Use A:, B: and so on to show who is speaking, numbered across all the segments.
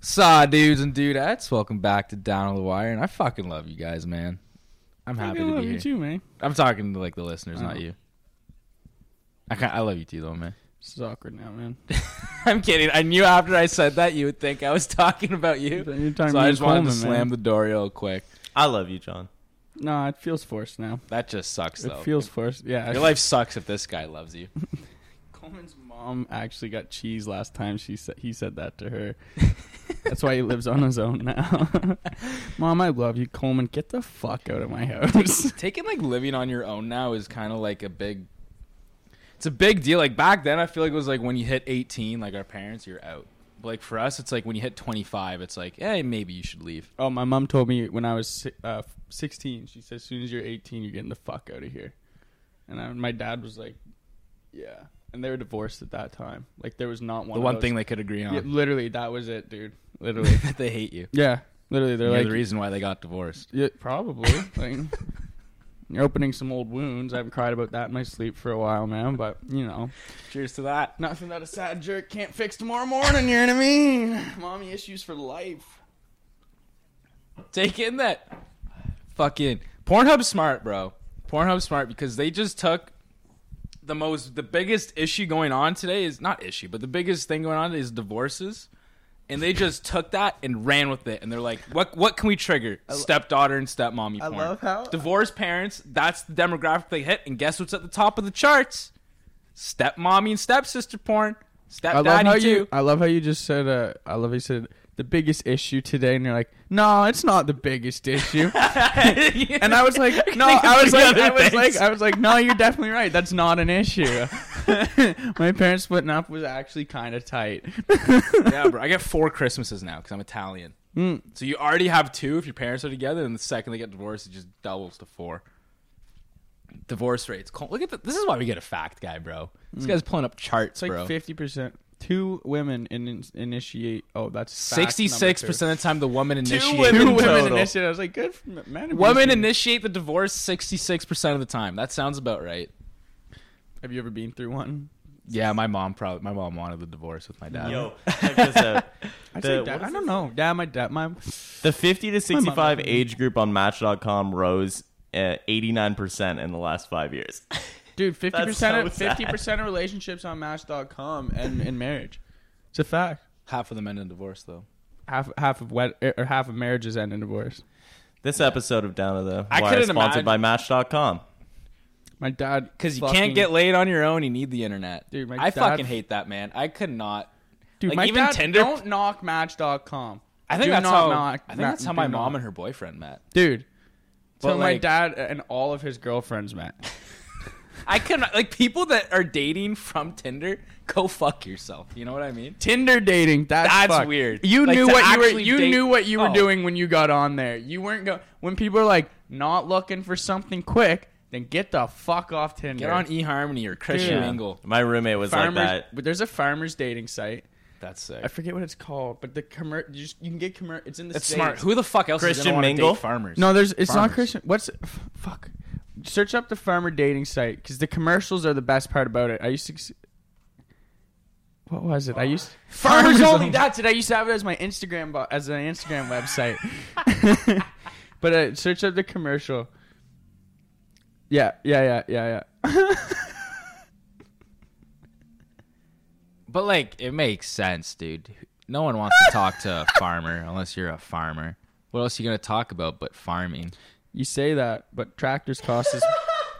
A: Saw dudes and dudettes, welcome back to Down on the Wire, and I fucking love you guys, man. I'm happy
B: Fucking
A: to
B: love
A: be
B: you
A: here.
B: too, man.
A: I'm talking to like the listeners, not
B: Oh.
A: you. I can I love you too, though, man.
B: This is awkward now, man.
A: I'm kidding. I knew after I said that you would think I was talking about you,
B: But you're talking
A: so I
B: to me
A: just
B: and
A: wanted to
B: Coleman,
A: slam
B: man.
A: the door real quick.
C: I love you, John.
B: No, it feels forced now.
A: That just sucks,
B: It
A: though.
B: feels forced. Yeah.
A: Your life sucks if this guy loves you.
B: Coleman's mom actually got cheese last time she said he said that to her. That's why he lives on his own now. Mom, I love you. Coleman, get the fuck out of my house.
A: Taking like living on your own now is kind of like a big. It's a big deal. Like back then, I feel like it was like when you hit 18, like our parents, you're out. But like for us, it's like when you hit 25, it's like, hey, maybe you should leave.
B: oh, my mom told me when I was si- uh, 16, she said, as soon as you're 18, you're getting the fuck out of here. And I, my dad was like, yeah. And they were divorced at that time. Like, there was not one
A: the
B: of
A: one
B: those-
A: thing they could agree on.
B: Yeah, literally, that was it, dude. Literally.
A: they hate you.
B: yeah. Literally, they're
A: You're
B: like,
A: the reason why they got divorced.
B: Yeah, probably. like, you're opening some old wounds. I haven't cried about that in my sleep for a while, man. But you know,
A: Cheers to that.
B: nothing that a sad jerk can't fix tomorrow morning. You know what I mean? Mommy issues for life.
A: Take in that fucking Pornhub's smart, bro. Pornhub's smart because they just took the most the biggest issue going on today is not issue, but the biggest thing going on is divorces. And they just took that and ran with it, and they're like, "What? What can we trigger? Stepdaughter and stepmommy
B: I
A: porn.
B: love how-
A: divorced parents. That's the demographic they hit. And guess what's at the top of the charts? Stepmommy and stepsister porn.
B: I love how
A: Stepdaddy too.
B: you. I love how you just said. Uh, I love how you said the biggest issue today, and you're like, no, it's not the biggest issue. and I was like, no,
A: Think of
B: I was
A: three
B: like,
A: other
B: I was
A: things.
B: like, I was like, no, you're definitely right. That's not an issue. my parents splitting up was actually kind of tight.
A: yeah, bro. I get four Christmases now because I'm Italian.
B: Mm.
A: So you already have two if your parents are together, and the second they get divorced, it just doubles to four. Divorce rates. Col- Look at the, this is why we get a fact guy, bro. This guy's pulling up charts,
B: Mm. It's like
A: bro.
B: fifty percent. Two women in, initiate. Oh, that's
A: Sixty-six percent of the time, the woman initiates.
C: women
B: Two
C: in
B: women
C: total.
B: initiate. I was like, good for man.
A: Women initiate the divorce sixty-six percent of the time. That sounds about right.
B: Have you ever been through one?
A: Yeah, my mom probably. My mom wanted the divorce with my dad.
C: Yo, check this out.
B: I'd
C: The-
B: say
C: what
B: dad,
C: is
B: I don't know. Dad, my dad, my
C: The 50 to 65
B: My mom-
C: age group on Match.com rose uh, 89% in the last five years.
B: dude. Fifty percent.
C: so sad.
B: Fifty percent of relationships on Match.com and in marriage. It's a fact.
A: Half of the men in divorce, though.
B: Half half of wed or half of marriages end in divorce.
C: This episode of Down to the
A: I
C: Wire is
A: couldn't
C: sponsored
A: imagine-
C: by Match.com.
B: My dad,
A: Because you
B: fucking-
A: can't get laid on your own. You need the internet.
B: Dude, my
A: I
B: dad-
A: fucking hate that, man. I could not.
B: Dude,
A: like,
B: my
A: even
B: dad,
A: Tinder-
B: Don't knock Match.com.
A: I think
B: Do
A: that's
B: not
A: how.
B: knock-
A: I think that's how
B: do
A: my
B: not.
A: mom and her boyfriend met.
B: dude.
A: But,
B: So my
A: like-
B: dad and all of his girlfriends met.
A: I could not like people that are dating from Tinder. Go fuck yourself. You know what I mean? Tinder dating.
B: That's,
A: That's
B: fucked.
A: weird.
B: You
A: Like,
B: knew
A: to
B: what you were.
A: actually
B: You
A: date-
B: knew what you were
A: Oh.
B: doing when you got on there. You weren't going. When people are like not looking for something quick, then get the fuck off Tinder.
A: Get on eHarmony or Christian
B: Dude.
A: Mingle.
C: My roommate was
B: farmers.
C: like that.
B: but There's a farmers dating site.
A: That's sick.
B: I forget what it's called, but the commer- you, just, you can get commer. It's in the.
A: That's
B: States.
A: smart. Who the fuck else is
C: Christian
A: gonna wanna
C: Mingle?
A: date farmers?
B: No, there's. It's
A: Farmers.
B: not Christian. What's f- fuck? Search up the farmer dating site because the commercials are the best part about it. I used to. s- What was it? I used farmers, only. That's it. I used to have it as my Instagram bo- as an Instagram website. but uh, search up the commercial. Yeah, yeah, yeah, yeah, yeah.
A: But like, it makes sense, dude. No one wants to talk to a farmer unless you're a farmer. What else are you gonna talk about but farming?
B: you say that, but tractors cost as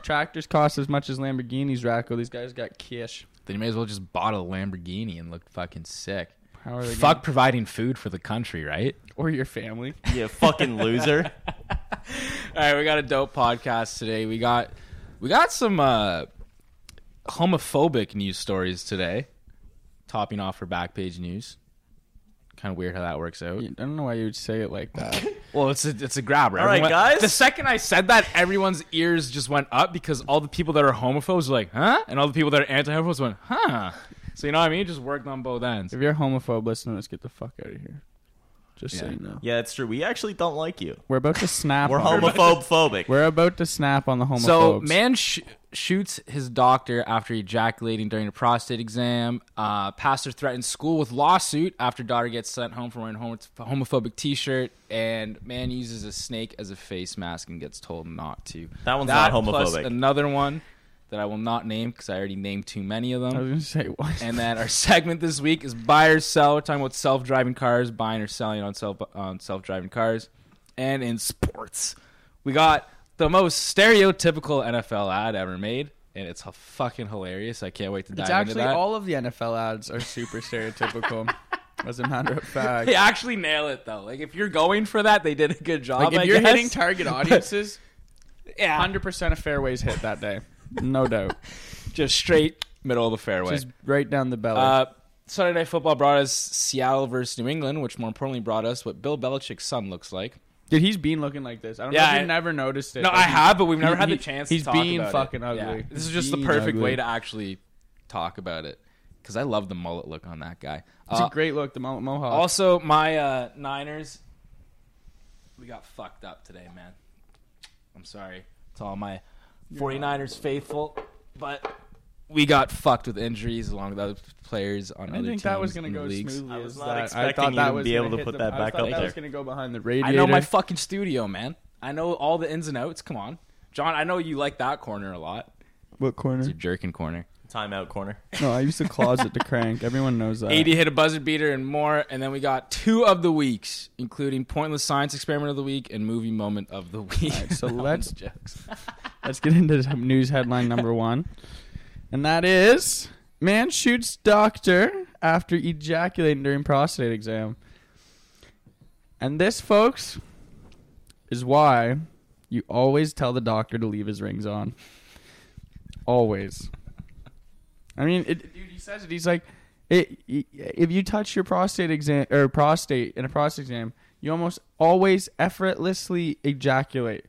B: tractors cost as much as Lamborghinis. Racco, these guys got kish.
A: Then you may as well just bought a Lamborghini and look fucking sick.
B: How are they?
A: Fuck providing food for the country, right?
B: gonna- or your family.
C: You fucking loser.
A: All right, we got a dope podcast today. We got we got some uh, homophobic news stories today, topping off for Backpage News. Kind of weird how that works out.
B: I don't know why you would say it like that.
A: Well, it's a it's a grab, right?
C: All right, guys.
A: The second I said that, everyone's ears just went up because all the people that are homophobes were like, huh, and all the people that are anti-homophobes went, huh. So you know what I mean? It just worked on both ends.
B: If you're a homophobe, listen to us. Get the fuck out of here. Just so
A: Yeah.
B: you know,
C: Yeah, it's true. We actually don't like you.
B: we're about to snap.
C: We're
B: on-
C: homophobe phobic.
B: We're about to snap on the homophobes.
A: So, man sh- shoots his doctor after ejaculating during a prostate exam. Uh, pastor threatens school with lawsuit after daughter gets sent home for wearing homo- homophobic T-shirt. And man uses a snake as a face mask and gets told not to.
C: That one's not
A: plus
C: homophobic.
A: another one that I will not name because I already named too many of
B: I was
A: them.
B: gonna say what?
A: And then our segment this week is buy or sell. We're talking about self-driving cars, buying or selling on self on self-driving cars, and in sports, we got the most stereotypical NFL ad ever made, and it's h- fucking hilarious. I can't wait to dive
B: it's
A: into
B: actually
A: that.
B: all of the NFL ads are super stereotypical. as a matter of fact,
A: they actually nail it though. Like if you're going for that, they did a good job.
B: like if
A: I
B: you're
A: guess.
B: hitting target audiences,
A: yeah,
B: hundred percent of fairways hit that day, no doubt.
A: just straight middle of the fairway.
B: Just right down the belly.
A: Uh, Sunday Night Football brought us Seattle versus New England, which more importantly brought us what Bill Belichick's son looks like.
B: Dude, he's been looking like this. I don't know
A: Yeah,
B: if you
A: I-
B: never noticed it.
A: No,
B: but
A: I
B: he-
A: have, but we've never
B: he-
A: had the
B: he-
A: chance.
B: he's
A: to talk
B: being
A: about it.
B: fucking ugly.
A: This is just the
B: Being
A: perfect
B: ugly.
A: way to actually talk about it because I love the mullet look on that guy.
B: It's
A: Uh,
B: a great look, the mo- mohawk.
A: also, my uh, Niners, we got fucked up today, man. I'm sorry to all my 49ers faithful, but we got fucked with injuries along with other players on other
B: I didn't think
A: teams
B: that was going
A: in
B: to go
A: leagues.
B: smoothly.
C: I was
B: as
C: not
B: that. I
C: expecting
B: thought
C: you
B: that
C: to
B: was
C: be
B: gonna
C: able to
B: hit
C: put
B: the-
C: that
B: I
C: back
B: thought
C: up
B: That
C: there.
B: was going to go behind the radiator.
A: I know my fucking studio, man. I know all the ins and outs. Come on. John, I know you like that corner a lot.
B: what corner?
A: It's your jerking corner.
C: Timeout corner.
B: No, I used the closet to crank. Everyone knows that.
A: 80 hit a buzzer beater and more. And then we got two of the weeks, including pointless science experiment of the week and movie moment of the week.
B: right, so
A: That was
B: let's-
A: jokes.
B: Let's get into the news headline number one. And that is man shoots doctor after ejaculating during prostate exam. And this, folks, is why you always tell the doctor to leave his rings on. Always. I mean, it, dude, he says it. He's like, it, if you touch your prostate exam or prostate in a prostate exam, you almost always effortlessly ejaculate.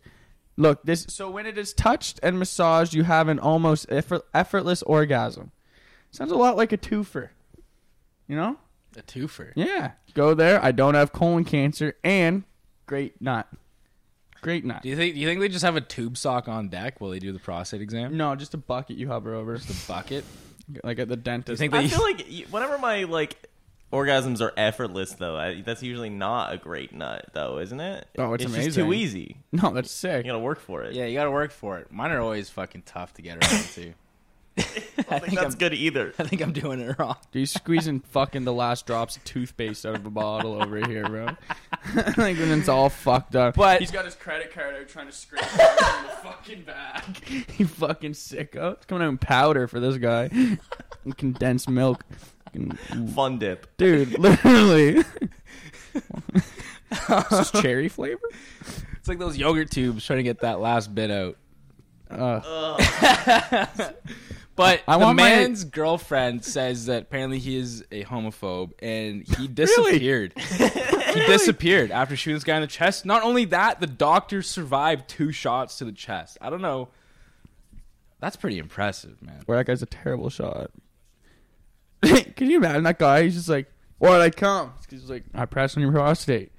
B: Look, this. So when it is touched and massaged, you have an almost effort, effortless orgasm. Sounds a lot like a twofer. You know?
A: A twofer.
B: Yeah. Go there. I don't have colon cancer, and great nut. Great nut.
A: Do you think? Do you think they just have a tube sock on deck while they do the prostate exam?
B: No, just a bucket you hover over,
A: The bucket.
B: like at the dentist.
A: think
C: I
A: they-
C: feel like y- whenever my like orgasms are effortless, though, I, that's usually not a great nut, though, isn't it?
B: Oh, it's
C: just
B: amazing.
C: too easy.
B: no, that's sick.
C: You gotta work for it.
A: Yeah, you got to work for it. Mine are always fucking tough to get around to. I
C: I think
A: think
C: that's
A: I'm,
C: good either.
A: I think I'm doing it wrong.
B: Dude, you squeezing fucking the last drops of toothpaste out of a bottle over here, bro. like when it's all fucked up.
A: But-
B: he's got his credit card out trying to scrape it from the fucking back. You fucking sicko. It's coming out in powder for this guy. And condensed milk. Fucking-
C: Fun dip.
B: Dude, literally. Is this cherry flavor?
A: It's like those yogurt tubes trying to get that last bit out.
B: Uh,
A: But
B: I
A: the
B: want my-
A: man's girlfriend says that apparently he is a homophobe and he disappeared. He disappeared after shooting this guy in the chest. Not only that, the doctor survived two shots to the chest. I don't know. That's pretty impressive, man.
B: where that guy's a terrible shot. Can you imagine that guy? He's just like, why'd I come? He's like, I pressed on your prostate.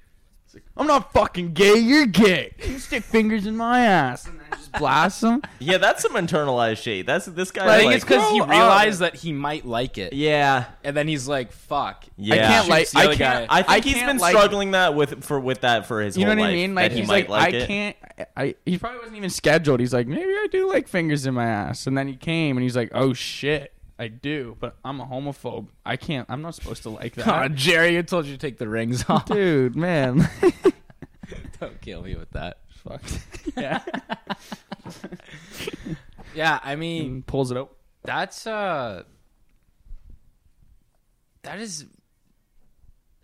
B: He's like, I'm not fucking gay. You're gay. You stick fingers in my ass and then just blast him.
C: Yeah, that's some internalized shit. That's this guy.
A: I
C: like,
A: think it's because he
B: grow up.
A: realized that he might like it,
C: yeah,
A: and then he's like, "Fuck,
C: yeah.
B: I can't like.
A: Shoots the
B: I
A: other
B: can't.
A: guy.
C: I think
B: I
C: he's
B: can't
C: been
B: like-
C: struggling that with for with that for his
B: You know
C: whole
B: what I
C: life,
B: mean? Like
C: that he
B: he's
C: might
B: like,
C: like
B: I
C: it.
B: can't. I, I- he probably wasn't even scheduled. He's like, maybe I do like fingers in my ass. And then he came and he's like, oh shit, I do. But I'm a homophobe. I can't. I'm not supposed to like
A: Aw,
B: that.
A: Jerry, I told you to take the rings off.
B: Dude, man.
A: Don't kill me with that."
B: Fuck. Yeah.
A: Yeah, I mean,
B: pulls it out.
A: That's uh that is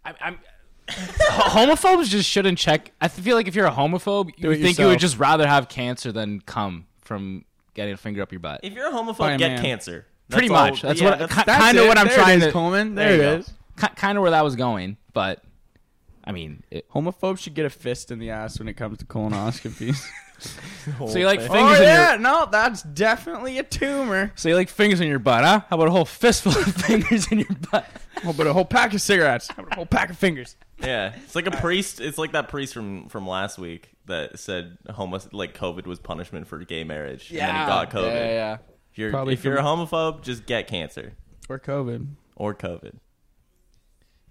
A: I I'm homophobes just shouldn't check. I feel like if you're a homophobe, you
B: it
A: think you would
B: yourself.
A: just rather have cancer than come from getting a finger up your butt.
C: If you're a
B: By a
C: homophobe, get
B: man.
C: cancer.
A: Pretty
C: all-
A: much. That's
C: yeah,
A: what ki- kind of
B: it.
A: what I'm
B: There
A: trying
B: it is,
A: to
B: Coleman. There,
C: There you
B: it
C: go.
B: is.
A: kind of where that was going, but I mean, it,
B: Homophobes should get a fist in the ass when it comes to colonoscopies.
A: so you like
C: thing.
B: Oh,
A: fingers in your
B: no, that's definitely a tumor.
A: so you like fingers in your butt, huh? How about a whole fistful of fingers in your butt?
B: Oh, but a whole pack of cigarettes. How about a whole pack of fingers.
C: Yeah, it's like a priest. It's like that priest from from last week that said homo like COVID was punishment for gay marriage, and then he got COVID.
A: Yeah, yeah.
C: If you're
B: Probably
C: if you're a
B: from-
C: homophobe, just get cancer
B: Or COVID.
C: or COVID.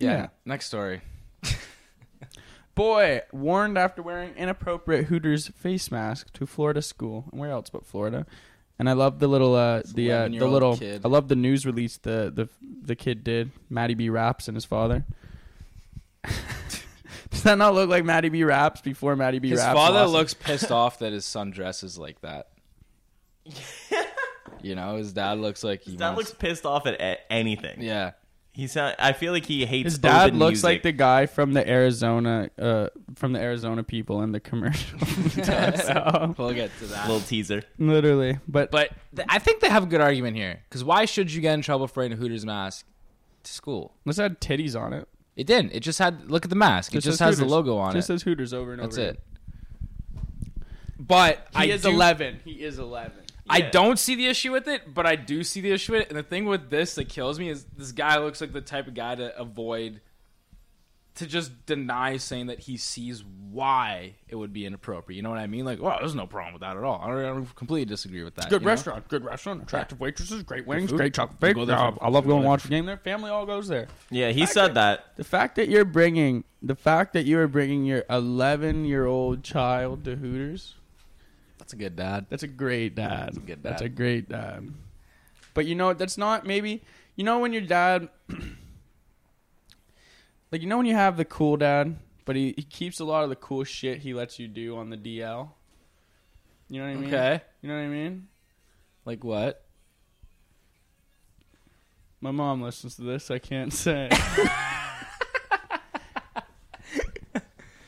A: Yeah.
B: Yeah.
A: Next story.
B: Boy warned after wearing inappropriate Hooters face mask to Florida school. And where else but Florida? And I love the little uh, the uh, the
A: 11-year-old
B: little
A: kid.
B: I love the news release the the the kid did. Matty B Raps and his father. Does that not look like Matty B Raps before Matty B
A: His
B: Raps?
A: father
B: lost it?
A: looks pissed off that his son dresses like that. you know, his dad looks like he
C: His dad
A: wants-
C: looks pissed off at, at anything.
A: Yeah.
C: He sound. I feel like he hates.
B: His dad
C: open
B: looks
C: music.
B: like the guy from the Arizona uh, from the Arizona people in the commercial. So,
A: We'll get to that.
C: little teaser.
B: literally, but,
A: But th- I think they have a good argument here. Because why should you get in trouble for wearing a Hooters mask to school?
B: let's add titties on it.
A: It didn't. It just had. Look at the mask. It just
B: says
A: has the
B: Hooters.
A: logo on
B: Just
A: it.
B: says Hooters over and
A: That's
B: over.
A: it. But I
B: He is
A: do,
B: eleven. He is eleven.
A: I
C: Yeah.
A: don't see the issue with it, but I do see the issue with it. And the thing with this that kills me is this guy looks like the type of guy to avoid, to just deny saying that he sees why it would be inappropriate. You know what I mean? Like, well, there's no problem with that at all. I, don't, I don't completely disagree with that.
B: Good
A: you know?
B: restaurant. Good restaurant. Attractive waitresses. Great wings.
A: food.
B: Great chocolate
A: You
B: cake.
A: go there
B: Uh,
A: for-
B: I love going to watch the game there. Family all goes there.
C: Yeah, he said that.
B: The fact that you're bringing the fact that you are bringing your eleven year old child to Hooters.
A: That's a good dad.
B: That's a great dad. That's a
A: good
B: That's
A: dad.
B: a great dad. But you know what? That's not maybe. You know when your dad, like you know when you have the cool dad, but he, he keeps a lot of the cool shit he lets you do on the DL. You know what I mean?
A: Okay.
B: You know what I mean?
A: Like what?
B: My mom listens to this. I can't say.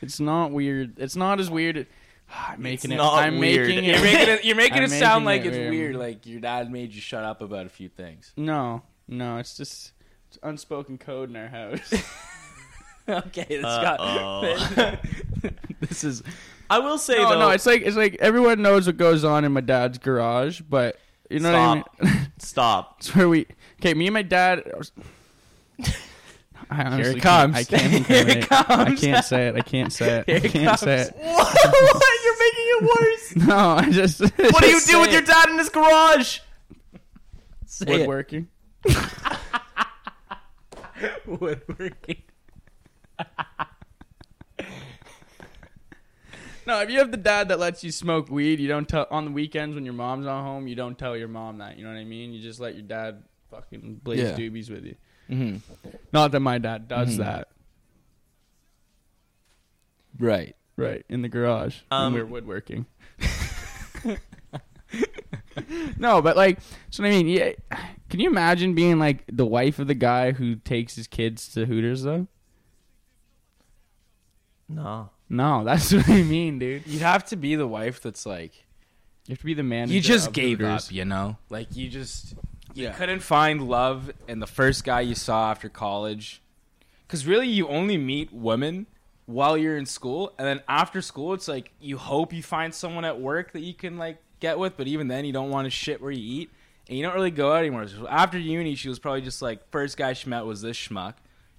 B: it's not weird. It's not as weird. I'm making
C: It's
B: it.
C: not
B: I'm
C: weird.
B: making
A: You're
B: it.
A: making it. You're making
B: I'm
A: it sound
B: making
A: like
B: it
A: it's
B: weird.
A: weird. Like your dad made you shut up about a few things.
B: No, no. It's just it's unspoken code in our house.
A: okay, this
C: Uh-oh.
A: this is
C: I will say
B: no,
C: though.
B: no, it's like it's like everyone knows what goes on in my dad's garage, but you know
C: stop.
B: what I mean.
C: stop.
B: it's where we okay. Me and my dad. I honestly
A: Here it
B: can't-
A: comes.
B: I can't.
A: Here it
B: incriminate-
A: comes.
B: I can't say it. I can't say it.
A: Here
B: I
A: it
B: can't say
A: comes.
B: it.
C: what? You're making it worse.
B: No, I just.
C: What do you do with your dad in his garage?
B: woodworking?
A: woodworking.
B: No, if you have the dad that lets you smoke weed, you don't tell on the weekends when your mom's not home. You don't tell your mom that. You know what I mean? You just let your dad fucking blaze
A: Yeah.
B: doobies with you.
A: Mhm.
B: Not that my dad does that.
A: Right.
B: Right in the garage when
C: Um,
B: we were woodworking. no, but like, so I mean, yeah. Can you imagine being like the wife of the guy who takes his kids to Hooters though?
C: No.
B: No, that's what I mean, dude.
A: You'd have to be the wife that's like
B: You have to be the man.
A: you just gave up, you know? Like you just you
B: Yeah.
A: couldn't find love in the first guy you saw after college. Cuz really you only meet women while you're in school and then after school it's like you hope you find someone at work that you can like get with, but even then you don't want to shit where you eat. And you don't really go out anymore. So after uni, she was probably just like first guy she met was this schmuck,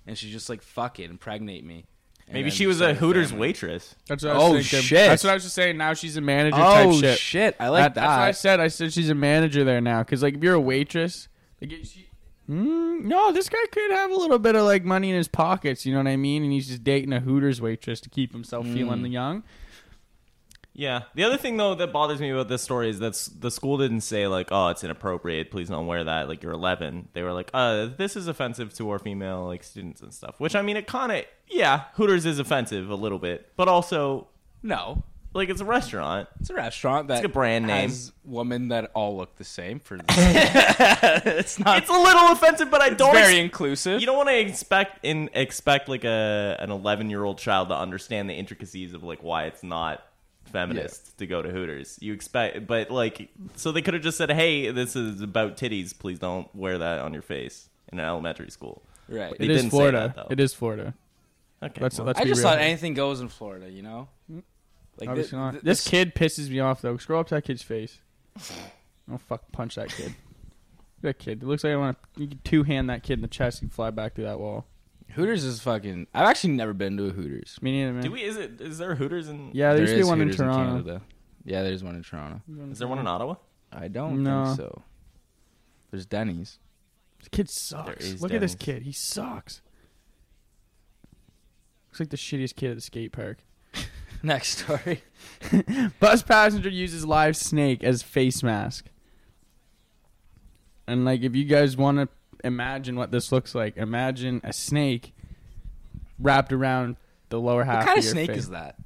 A: and she's just like fuck it, impregnate me. And
C: Maybe
A: then
C: she was a
A: started
C: Hooters
A: family.
C: waitress.
B: That's what I was
A: Oh,
B: thinking.
A: shit.
B: That's what I was just saying. Now she's a manager
A: Oh
B: type
A: shit.
B: shit.
A: I like that.
B: That's what I said. I said she's a manager there now. Because like, if you're a waitress, like, you- she, mm, no, this guy could have a little bit of like money in his pockets. You know what I mean? And he's just dating a Hooters waitress to keep himself feeling young.
C: Yeah. The other thing though that bothers me about this story is that s- the school didn't say like, "Oh, it's inappropriate. Please don't wear that. Like you're 11." They were like, "Uh, this is offensive to our female like students and stuff." Which I mean, it kind of yeah, Hooters is offensive a little bit, but also
A: no.
C: like it's a restaurant.
A: It's a restaurant that
C: It's a brand name.
A: has women that all look the same for the
C: It's not. It's a little offensive, but I don't.
A: very
C: ex-
A: inclusive.
C: you don't want to expect in expect like a an 11 year old child to understand the intricacies of like why it's not feminist to go to Hooters. You expect, but like, so they could have just said, "Hey, this is about titties. Please don't wear that on your face in an elementary school."
A: right.
C: They
B: it is
C: didn't say
B: Florida.
C: that, though.
B: it is Florida.
C: Okay,
B: Let's-
C: well,
B: let's-
A: I just
B: be real.
A: thought anything goes in Florida, you know? Like
B: Obviously
A: thi-
B: not.
A: thi-
B: this kid pisses me off though. Scroll up to that kid's face. Oh fuck! Punch that kid. That kid. It looks like I want to. You two hand that kid in the chest. and fly back through that wall.
A: Hooters is fucking. I've actually never been to a Hooters.
B: Me neither, man.
C: Do we? Is it? Is there Hooters in?
B: yeah, there, used to be
A: is
B: one in
A: Hooters
B: Toronto.
A: Canada. Yeah, there's one in Toronto.
C: Is there one in Ottawa?
A: I don't
B: No.
A: think so. There's Denny's.
B: This kid sucks.
C: is
B: Look at this
C: Denny's.
B: kid. He sucks. Looks like the shittiest kid at the skate park.
A: Next story.
B: Bus passenger uses live snake as face mask. And like, if you guys want to imagine what this looks like, imagine a snake wrapped around the lower half.
A: what kind of
B: of your
A: snake
B: face.
A: is that?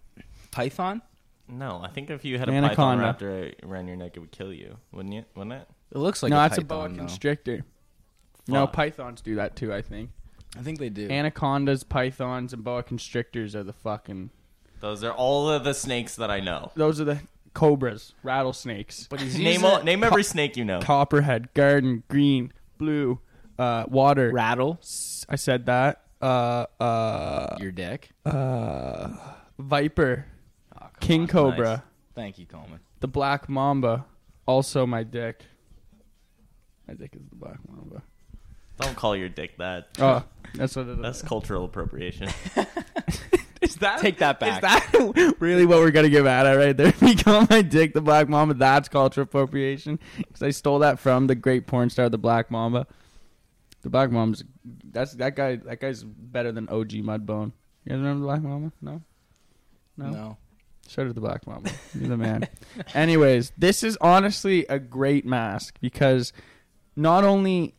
A: Python?
C: No, I think if you had a
B: Anaconda.
C: python raptor around your neck, it would kill you, wouldn't it? Wouldn't it?
A: It looks like
B: no,
A: a
B: that's a boa
A: python. though.
B: constrictor. No,
C: Fuck.
B: pythons do that too. I think
A: I think they do.
B: anacondas, pythons, and boa constrictors are the fucking.
C: Those are all of the snakes that I know.
B: Those are the cobras, rattlesnakes,
A: but he's
C: Name
A: using
C: all,
A: it-
C: name every snake you know.
B: Oh. copperhead, garden, green, blue, uh, water.
A: rattle
B: S- I said that. Uh, uh,
A: your dick.
B: uh, viper,
A: Oh, come
B: king
A: on.
B: cobra,
C: nice.
A: Thank you, Coleman.
B: the black mamba, also my dick. My dick is the black mamba.
C: Don't call your dick that.
B: Oh, that's what it is.
C: That's cultural appropriation.
B: Is that
A: Take that
B: Is
A: back.
B: that really what we're gonna get mad at right there? If you call my dick the Black Mamba, that's cultural appropriation because I stole that from the great porn star, the Black Mamba. The Black Mamba's that's that guy. That guy's better than OG Mudbone. You guys remember the Black Mamba? No. No.
A: no.
B: So did the Black Mamba. You're the man. Anyways, this is honestly a great mask because not only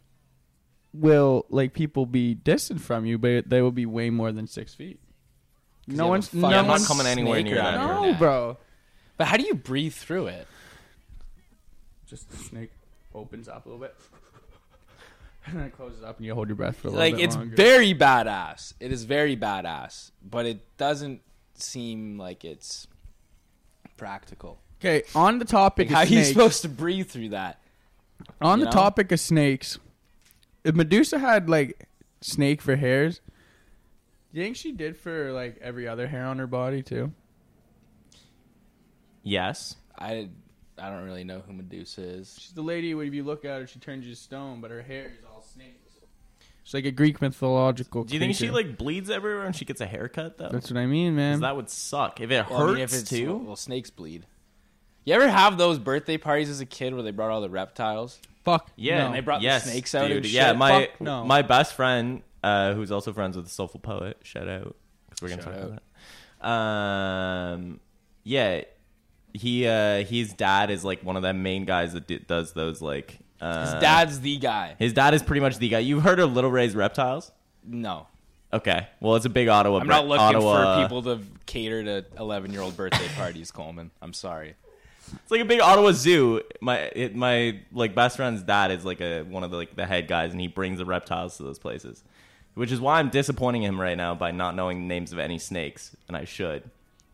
B: will like people be distant from you, but they will be way more than six feet. No one's no
C: fucking- I'm not
B: one's
C: coming anywhere near that out of
B: no, bro.
A: But how do you breathe through it?
B: Just the snake opens up a little bit. And then it closes up, and you hold your breath for a little
A: Like
B: bit
A: it's
B: longer.
A: very badass. It is very badass, but it doesn't seem like it's practical.
B: okay. On the topic,
A: Like, how
B: of
A: are you
B: snakes,
A: supposed to breathe through that?
B: on
A: you
B: the
A: know?
B: topic of snakes, if Medusa had like snake for hairs, do you think she did for like every other hair on her body too?
C: yes.
A: I I don't really know who Medusa is.
B: She's the lady. When if you look at her, she turns you to stone, but her hair is all snakes. She's like a Greek mythological.
C: Do you think she
B: creature.
C: like bleeds everywhere and she gets a haircut though?
B: That's what I mean, man.
C: 'Cause that would suck. If it hurts
A: Well, I mean, if it's,
C: too.
A: Well, snakes bleed. You ever have those birthday parties as a kid where they brought all the reptiles?
B: Fuck.
C: Yeah,
B: no.
A: and they brought the
C: yes,
A: snakes out
C: Dude.
A: and
C: yeah,
A: shit.
C: my
B: Fuck no.
C: my best friend, uh, who's also friends with the Soulful Poet, shout out because we're gonna
A: Shout
C: talk about that. Um, yeah, he uh, his dad is like one of the main guys that d- does those like. Uh,
A: His dad's the guy.
C: His dad is pretty much the guy. You've heard of Little Ray's Reptiles?
A: No.
C: Okay, well, it's a big Ottawa.
A: I'm
C: bre-
A: not looking
C: Ottawa,
A: for people to cater to 11 year old birthday parties, Coleman. I'm sorry.
C: It's like a big Ottawa zoo. My it, my like best friend's dad is like a one of the like the head guys, and he brings the reptiles to those places, which is why I'm disappointing him right now by not knowing the names of any snakes, and I should.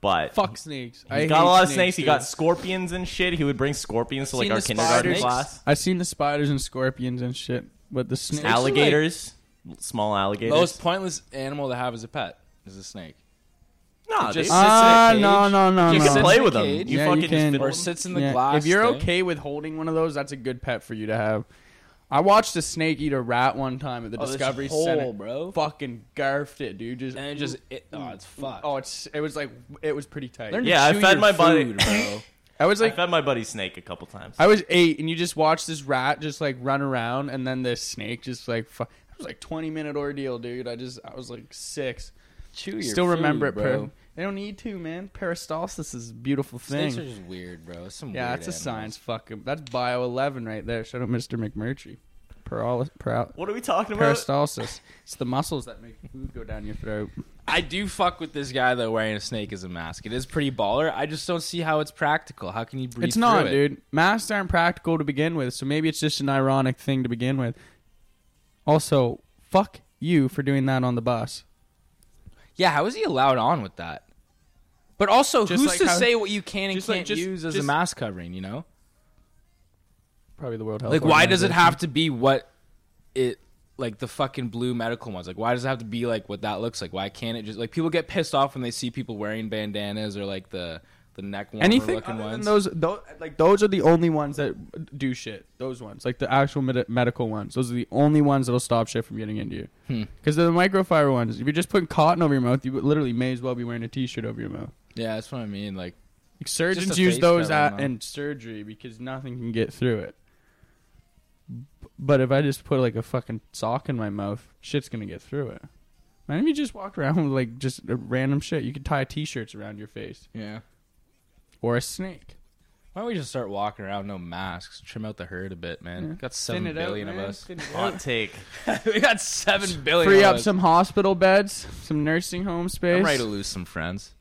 C: But
B: Fuck snakes.
C: he
B: I
C: got
B: hate
C: a lot of snakes. He
B: dude.
C: got scorpions and shit. He would bring scorpions to like
A: Seen
C: our
A: the
C: kindergarten
A: spiders.
C: class.
B: I've seen the spiders and scorpions and shit, but the snakes. are, like-
C: Alligators, small alligators.
A: Most pointless animal to have as a pet is a snake.
C: no,
A: just-
C: just,
A: sits in
B: Ah,
A: a cage.
B: no, no, no,
A: You
C: you
B: no.
A: sits
C: can
A: in
C: play
A: a
C: with them.
A: cage.
C: You
B: Yeah, you
C: fucking
B: can.
C: just fiddle
A: Or
C: with them.
A: sits in the
B: Yeah,
A: glass.
B: If you're
A: thing.
B: okay with holding one of those, that's a good pet for you to have. I watched a snake eat a rat one time at the
A: Oh, this
B: Discovery
A: hole,
B: Center.
A: bro.
B: Fucking garfed it, dude. Just
A: And it just, it, oh, it's fucked.
B: oh, it's it was like it was pretty tight.
A: Learn to
C: Yeah, I
A: chew
C: fed
A: your
C: my buddy-
A: food, bro.
B: I was
C: I
B: like,
C: fed my buddy snake a couple times.
B: I was eight, and you just watch this rat just like run around, and then this snake just like fu- it was like twenty minute ordeal, dude. I just I was like six.
A: chew your
B: Still remember
A: food,
B: it,
A: bro.
B: Per- they don't need to, man. Peristalsis is a beautiful thing.
A: Snakes are just weird, bro. It's Some
B: yeah,
A: weird
B: that's a
A: animals.
B: science. Fucking that's bio eleven right there. Shout out, Mister McMurtry. Parol- par-
C: what are we talking about?
B: peristalsis. It's the muscles that make food go down your throat.
A: I do fuck with this guy though wearing a snake as a mask. It is pretty baller. I just don't see how it's practical. How can you breathe?
B: It's not,
A: through it?
B: dude. Masks aren't practical to begin with, so maybe it's just an ironic thing to begin with. Also, fuck you for doing that on the bus.
A: Yeah, how is he allowed on with that? But also,
B: Just
A: who's
B: like
A: to
B: how-
A: say what you can and
B: just like-
A: can't
B: just-
A: use as a
B: just-
A: mask covering? You know,
B: Probably the World Health.
A: like why does it
B: Organization.
A: have to be what it like the fucking blue medical ones? Like why does it have to be like what that looks like? Why can't it just like people get pissed off when they see people wearing bandanas or like the the neck warmer
B: Anything
A: looking
B: other than
A: ones.
B: those, those, like those are the only ones that do shit. Those ones, like the actual med- medical ones, those are the only ones that'll stop shit from getting into you.
A: Hmm.
B: Because the microfiber ones, if you're just putting cotton over your mouth, you literally may as well be wearing a t-shirt over your mouth.
A: yeah, that's what I mean. Like
B: Like, surgeons
A: a
B: use
A: face
B: those
A: covering
B: at
A: though.
B: in surgery because nothing can get through it. B- But if I just put like a fucking sock in my mouth, shit's gonna get through it. Man, if you just walked around with like just a random shit, you could tie t-shirts around your face
A: yeah.
B: or a snake.
A: Why don't we just start walking around no masks? Trim out the herd a bit, man.
B: Yeah.
A: Got seven billion of us.
C: Hot take.
A: we got seven billion.
B: Free
A: of
B: up
A: us.
B: some hospital beds, some nursing home space.
A: I'm ready to lose some friends.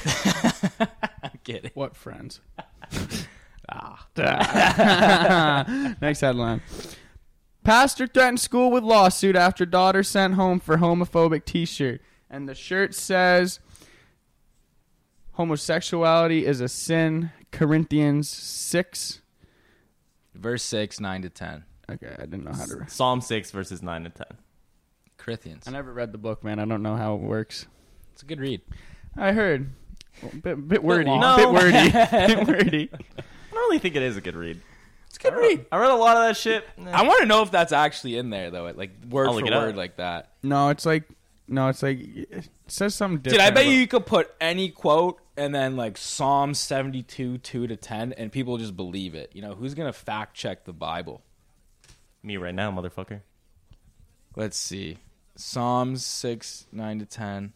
A: I'm kidding.
B: What friends? Ah, Next headline. Pastor threatens school with lawsuit after daughter sent home for homophobic t-shirt. And the shirt says homosexuality is a sin. Corinthians 6.
A: Verse six, nine to ten.
B: Okay, I didn't know how to read.
C: Psalm six verses nine to ten.
A: Corinthians.
B: I never read the book, man. I don't know how it works.
A: It's a good read.
B: I heard. Well, bit, bit wordy.
C: long. No.
B: Bit wordy. bit wordy.
C: I don't really think it is a good read.
A: It's a good read.
C: I read a lot of that shit. Nah.
A: I want to know if that's actually in there though, like word
C: I'll
A: for
C: look
A: word,
C: it up.
A: like that.
B: No, it's like no, it's like it says something
A: Dude,
B: different.
A: I bet
B: about-
A: you you could put any quote and then like Psalm seventy-two, two to ten, and people just believe it. You know, who's gonna fact check the Bible?
C: Me right now, motherfucker.
A: Let's see. Psalms 6, 9 to 10.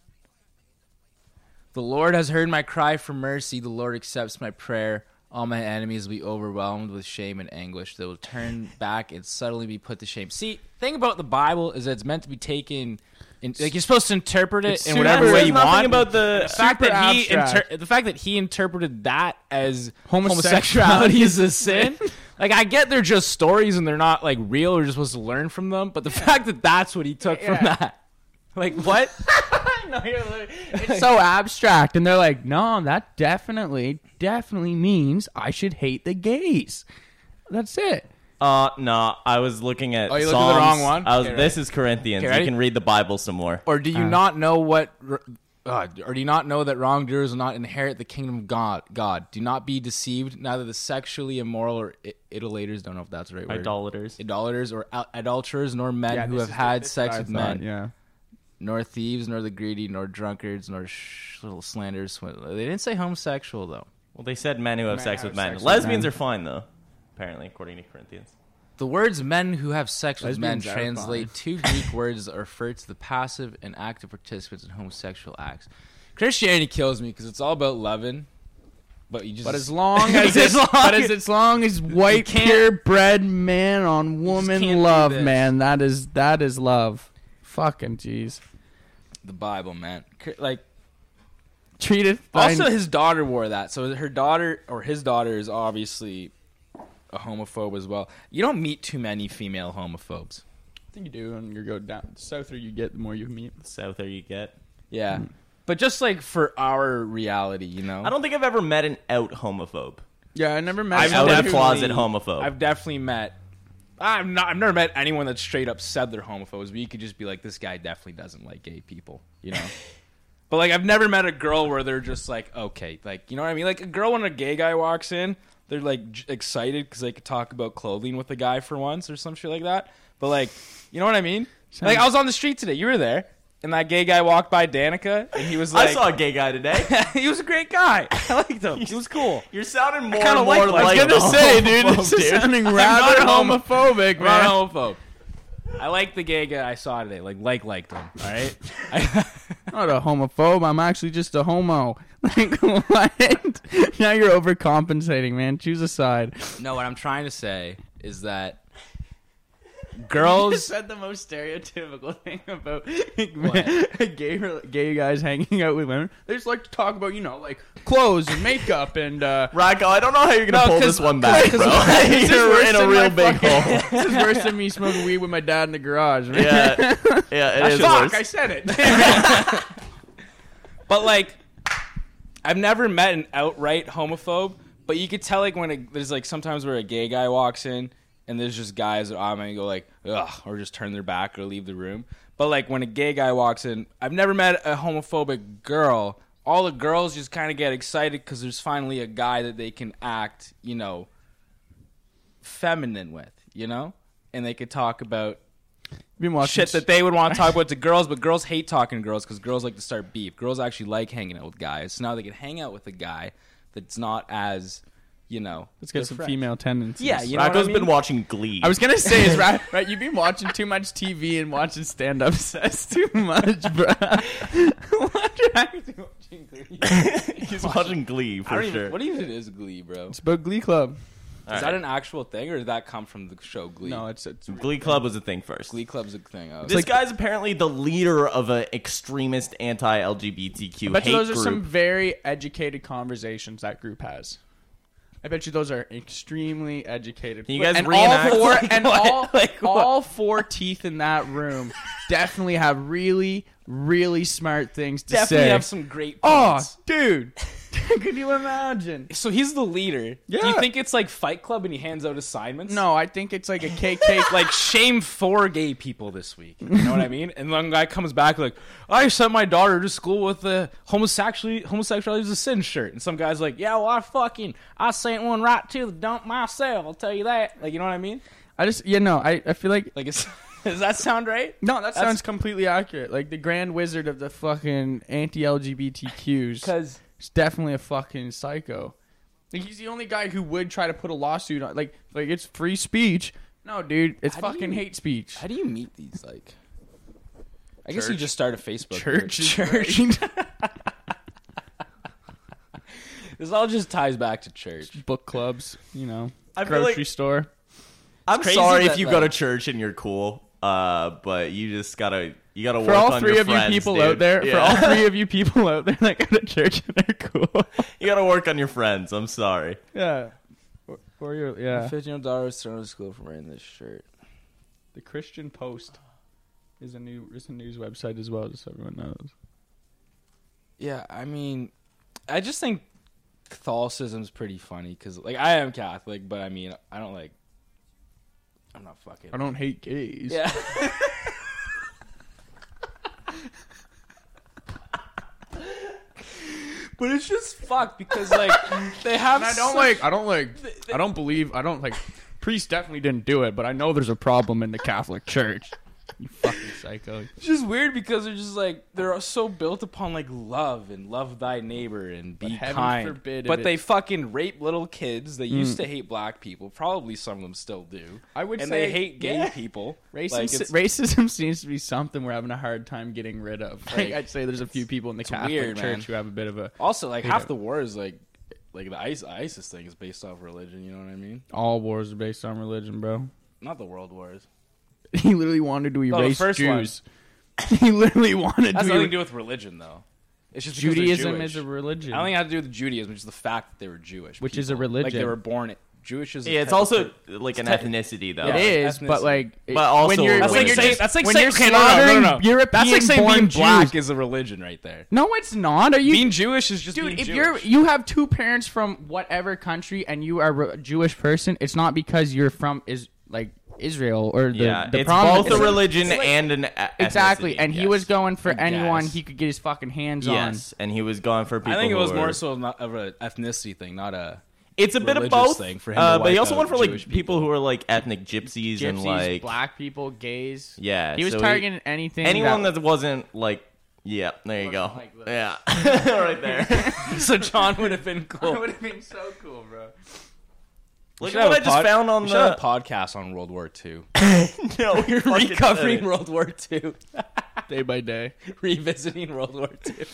A: The Lord has heard my cry for mercy. The Lord accepts my prayer. All my enemies will be overwhelmed with shame and anguish. They will turn back and suddenly be put to shame. See, thing about the Bible is that it's meant to be taken, in, like you're supposed to interpret it
B: It's
A: in
B: super-
A: whatever
B: That
A: way
B: says
A: you
C: nothing
A: want.
C: about the-
A: The fact
B: super
A: that he
B: abstract.
A: inter- the fact that he interpreted that as homosexuality
B: Homosexuality
A: is a sin. Like I get they're just stories and they're not like real. We're just supposed to learn from them. But the fact that that's what he took from
B: Yeah.
A: that, like what?
B: it's so abstract and they're like, "No, that definitely definitely means I should hate the gays." That's it.
C: Uh, no, I was looking at.
A: Oh, you looked at the wrong
C: Psalms.
A: one?
C: I was.
A: Okay,
C: This is Corinthians.
A: Okay, ready?
C: You can read the Bible some more.
A: or do you not know what? Uh, or do you not know that wrongdoers will not inherit the kingdom of God? God, do not be deceived. Neither the sexually immoral or I- idolaters. Don't know if that's the right word.
C: Idolaters.
A: idolaters or ad- adulterers, nor men who have
B: this is
A: had
B: the-
A: sex
B: I
A: with
B: thought,
A: men,
B: Yeah.
A: nor thieves, nor the greedy, nor drunkards, nor sh- little slanderers. swindlers. They didn't say homosexual though.
C: Well, they said men who have
B: Men
C: sex
B: have
C: with men.
B: sex with
C: Lesbians
B: men.
C: are fine though, apparently, according to Corinthians.
A: The words men who have sex with men
B: Lesbians are
A: translate two Greek words that refer to the passive and active participants in homosexual acts. Christianity kills me because it's all about loving, but you just
B: But as long as it's, but as as long as white
A: can't-
B: purebred man on
A: can't
B: woman
A: do
B: love,
A: this.
B: man, that is that is love. Fucking jeez.
A: the Bible, man. Cr- Like
B: Treat it
A: also
B: fine.
A: his daughter wore that, so her daughter or his daughter is obviously a homophobe as well. You don't meet too many female homophobes.
B: I think you do, and you go down the south, or you get the more you meet.
C: The souther you get.
A: Yeah, but just like for our reality, you know,
C: Mm. I don't think I've ever met an out homophobe.
B: Yeah, I never met.
A: I've
C: out
B: someone
C: of
A: definitely-
B: who-
C: closet homophobe.
A: I've definitely met. I've not. I've never met anyone that straight up said they're homophobes, but you could just be like, this guy definitely doesn't like gay people, you know. but like, I've never met a girl where they're just like, okay, like you know what I mean? Like a girl when a gay guy walks in, they're like j- excited because they could talk about clothing with a guy for once or some shit like that. But like, you know what I mean? Like I was on the street today. You were there. And that gay guy walked by Danica, and he was like,
C: I saw a gay guy today.
A: he was a great guy. I liked him. He was cool.
C: You're sounding more
A: kinda
C: and
A: like
C: more
A: that.
C: like.
A: I was
B: I was gonna
C: a
B: say,
C: homophobe,
B: dude, this is sounding
A: not
B: rather
A: a homo-
B: homophobic,
A: I'm not
B: man.
A: a homophobe. I like the gay guy I saw today. Like, like, liked him. All right. I,
B: not a homophobe. I'm actually just a homo. Like what? now you're overcompensating, man. Choose a side.
A: no, what I'm trying to say is that girls.
B: said the most stereotypical thing about gay gay guys hanging out with women. They just like to talk about you know like clothes and makeup and uh,
C: Rocco, I don't know how you're gonna
A: No,
C: pull
A: 'cause-
C: this one back,
A: 'cause-
C: bro.
A: 'cause
C: you're
B: worse
C: in a
B: than
C: real
B: my
C: big
B: fucking-
C: hole.
B: this is worse than me smoking weed with my dad in the garage. Man.
C: Yeah, yeah, it is
B: Fuck,
C: worse.
B: I said it.
A: But like, I've never met an outright homophobe. But you could tell like when a, there's like sometimes where a gay guy walks in and there's just guys that I'm gonna go like ugh or just turn their back or leave the room. But like when a gay guy walks in, I've never met a homophobic girl all the girls just kind of get excited because there's finally a guy that they can act, you know, feminine with, you know, and they could talk about
B: Been watching
A: shit that they would want to talk about to girls, but girls hate talking to girls because girls like to start beef. Girls actually like hanging out with guys, so now they can hang out with a guy that's not as, you know,
B: Let's get
A: their
B: some
A: friend.
B: female tendencies.
A: Yeah, you know what I
C: Rocco's
A: mean?
C: been watching Glee.
B: I was gonna say is right, right. You've been watching too much TV and watching stand up sets too much, bro.
C: He's watching Glee
A: I
C: for
A: don't even-
C: sure.
A: What even is Glee, bro?
B: it's about Glee Club.
A: Is that an actual thing, or did that come from the show Glee?
B: No, it's it's
C: Glee Club was a thing first.
A: Glee Club's a thing. Oh,
C: This guy's apparently the leader of an extremist anti-LGBTQ
B: bet
C: hate
B: you those
C: group.
B: are some very educated conversations that group has. I bet you those are extremely educated.
C: Can you guys
B: and
C: reenact-
B: all four
C: Like
B: and
C: what?
B: all
C: Like what?
B: all four teeth in that room definitely have really really smart things to
A: definitely
B: say.
A: have some great.
B: oh,
A: Points.
B: dude, could you imagine?
A: so he's the leader. Do you
B: Yeah.
A: think it's like Fight Club and he hands out assignments?
B: No, I think it's like a KK
A: Like shame four gay people this week. You know what I mean? And one guy comes back like, I sent my daughter to school with a homosexuality homosexuality is a sin shirt. And some guy's like, Yeah, well I fucking I sent one right to the dump myself, I'll tell you that. Like you know what I mean?
B: I just yeah no I, I feel like
A: Like it's does that sound right?
B: no that
A: That's-
B: sounds completely accurate. Like the Grand Wizard of the fucking anti LGBTQs
A: Because
B: is definitely a fucking psycho. Like he's the only guy who would try to put a lawsuit on like like it's free speech. No, dude, it's
A: How do
B: fucking
A: you-
B: hate speech.
A: how do you meet these like I guess you just start a Facebook group.
B: Church, is
A: Church.
B: right.
A: This all just ties back to church.
B: book clubs, you know,
C: I feel
B: grocery
C: like-
B: store.
C: I'm
A: crazy
C: sorry
A: that,
C: if you go to
A: like-
C: church and you're cool, uh, but you just gotta you gotta
B: For
C: work
B: all
C: on
B: three
C: your
B: of
C: friends,
B: you people
C: dude.
B: out there,
C: Yeah.
B: for all three of you people out there that go to church and are cool.
C: you gotta work on your friends. I'm sorry.
B: yeah. Or, or your yeah.
A: Fifteen year daughter was thrown to school for wearing this shirt.
B: The Christian Post is a new is a news website as well, just so everyone knows.
A: Yeah, I mean, I just think Catholicism's pretty funny because, like, I am Catholic, but I mean, I don't like. I'm not fucking.
B: I don't hate gays.
A: Yeah. but it's just fucked because, like, they have.
B: And I don't
A: such-
B: like I don't like I don't believe I don't like priest definitely didn't do it, but I know there's a problem in the Catholic Church. You fucking psycho.
A: It's just weird because they're just like they're so built upon like love and love thy neighbor and be
B: heaven
A: kind.
B: forbid if
A: but they
B: it's-
A: fucking rape little kids. They used to hate black people. Probably some of them still do.
B: I would
A: and
B: say-
A: they hate gay
B: yeah.
A: people.
B: Racism,
A: Like, it's
B: racism seems to be something we're having a hard time getting rid of. Like,
A: Like,
B: I'd say there's a few people in the Catholic
A: weird,
B: Church
A: man.
B: who have a bit of a
A: also like
B: Hate
A: half
B: it.
A: the war is like like the ISIS, ISIS thing is based off religion. You know what I mean?
B: all wars are based on religion, bro.
A: Not the world wars.
B: He literally wanted to
A: Oh, the
B: erase
A: first one.
B: Jews. he literally wanted
A: That's nothing
B: to er-
A: to do with religion though. It's just because they're
B: Judaism
A: Jewish.
B: is a religion.
A: I don't think it had to do with Judaism, which is the fact that they were Jewish,
B: Which is a
A: people. Like they
B: religion.
A: were born Jewish. Is a
C: Yeah, it's
A: type of
C: also like an ethnicity though.
A: Yeah.
B: It is,
A: Ethnicity.
B: but like, it-
C: But also
B: when you're,
C: That's
B: when
C: like
B: you're
C: saying-
B: just-
A: that's like
B: when
A: saying,
B: you're
A: okay, no, no, no,
B: slaughtering
A: no, no.
B: European
A: That's like saying being
B: born
A: black
B: Jews.
A: is a religion right there.
B: No, it's not. Are you,
A: Being Jewish is just
B: dude?
A: being
B: If
A: Jewish.
B: you're you have two parents from whatever country and you are a Jewish person, it's not because you're from is like Israel or the
C: Yeah,
B: the
C: it's
B: problem.
C: both a
B: is-
C: religion
A: it's like-
C: and an e-
B: exactly,
C: ethnicity,
B: and he
C: yes.
B: was going for
A: guess.
B: anyone he could get his fucking hands
C: yes, and he was gone for people.
A: I think it
C: who
A: was
C: were-
A: more so not of an ethnicity thing, not a.
C: It's a bit of
A: religious
C: both
A: thing for him to
C: uh, but he
A: wipe
C: also
A: out
C: went for like
A: Jewish
C: people, who are like ethnic gypsies,
B: on.
C: and
B: Gypsies,
C: like
B: black people, gays.
C: Yeah,
B: he was
C: so he-
B: targeting anything.
C: anyone
B: that,
C: that wasn't like. Yeah, there you go.
B: Wasn't like this.
C: yeah, right there.
A: so John would have been cool.
B: would have been so cool, bro.
C: Look at what I just found on
A: we
C: the
A: should have a podcast on World War II.
C: no, you're
A: Recovering World War II,
B: Day by day.
A: revisiting World War II.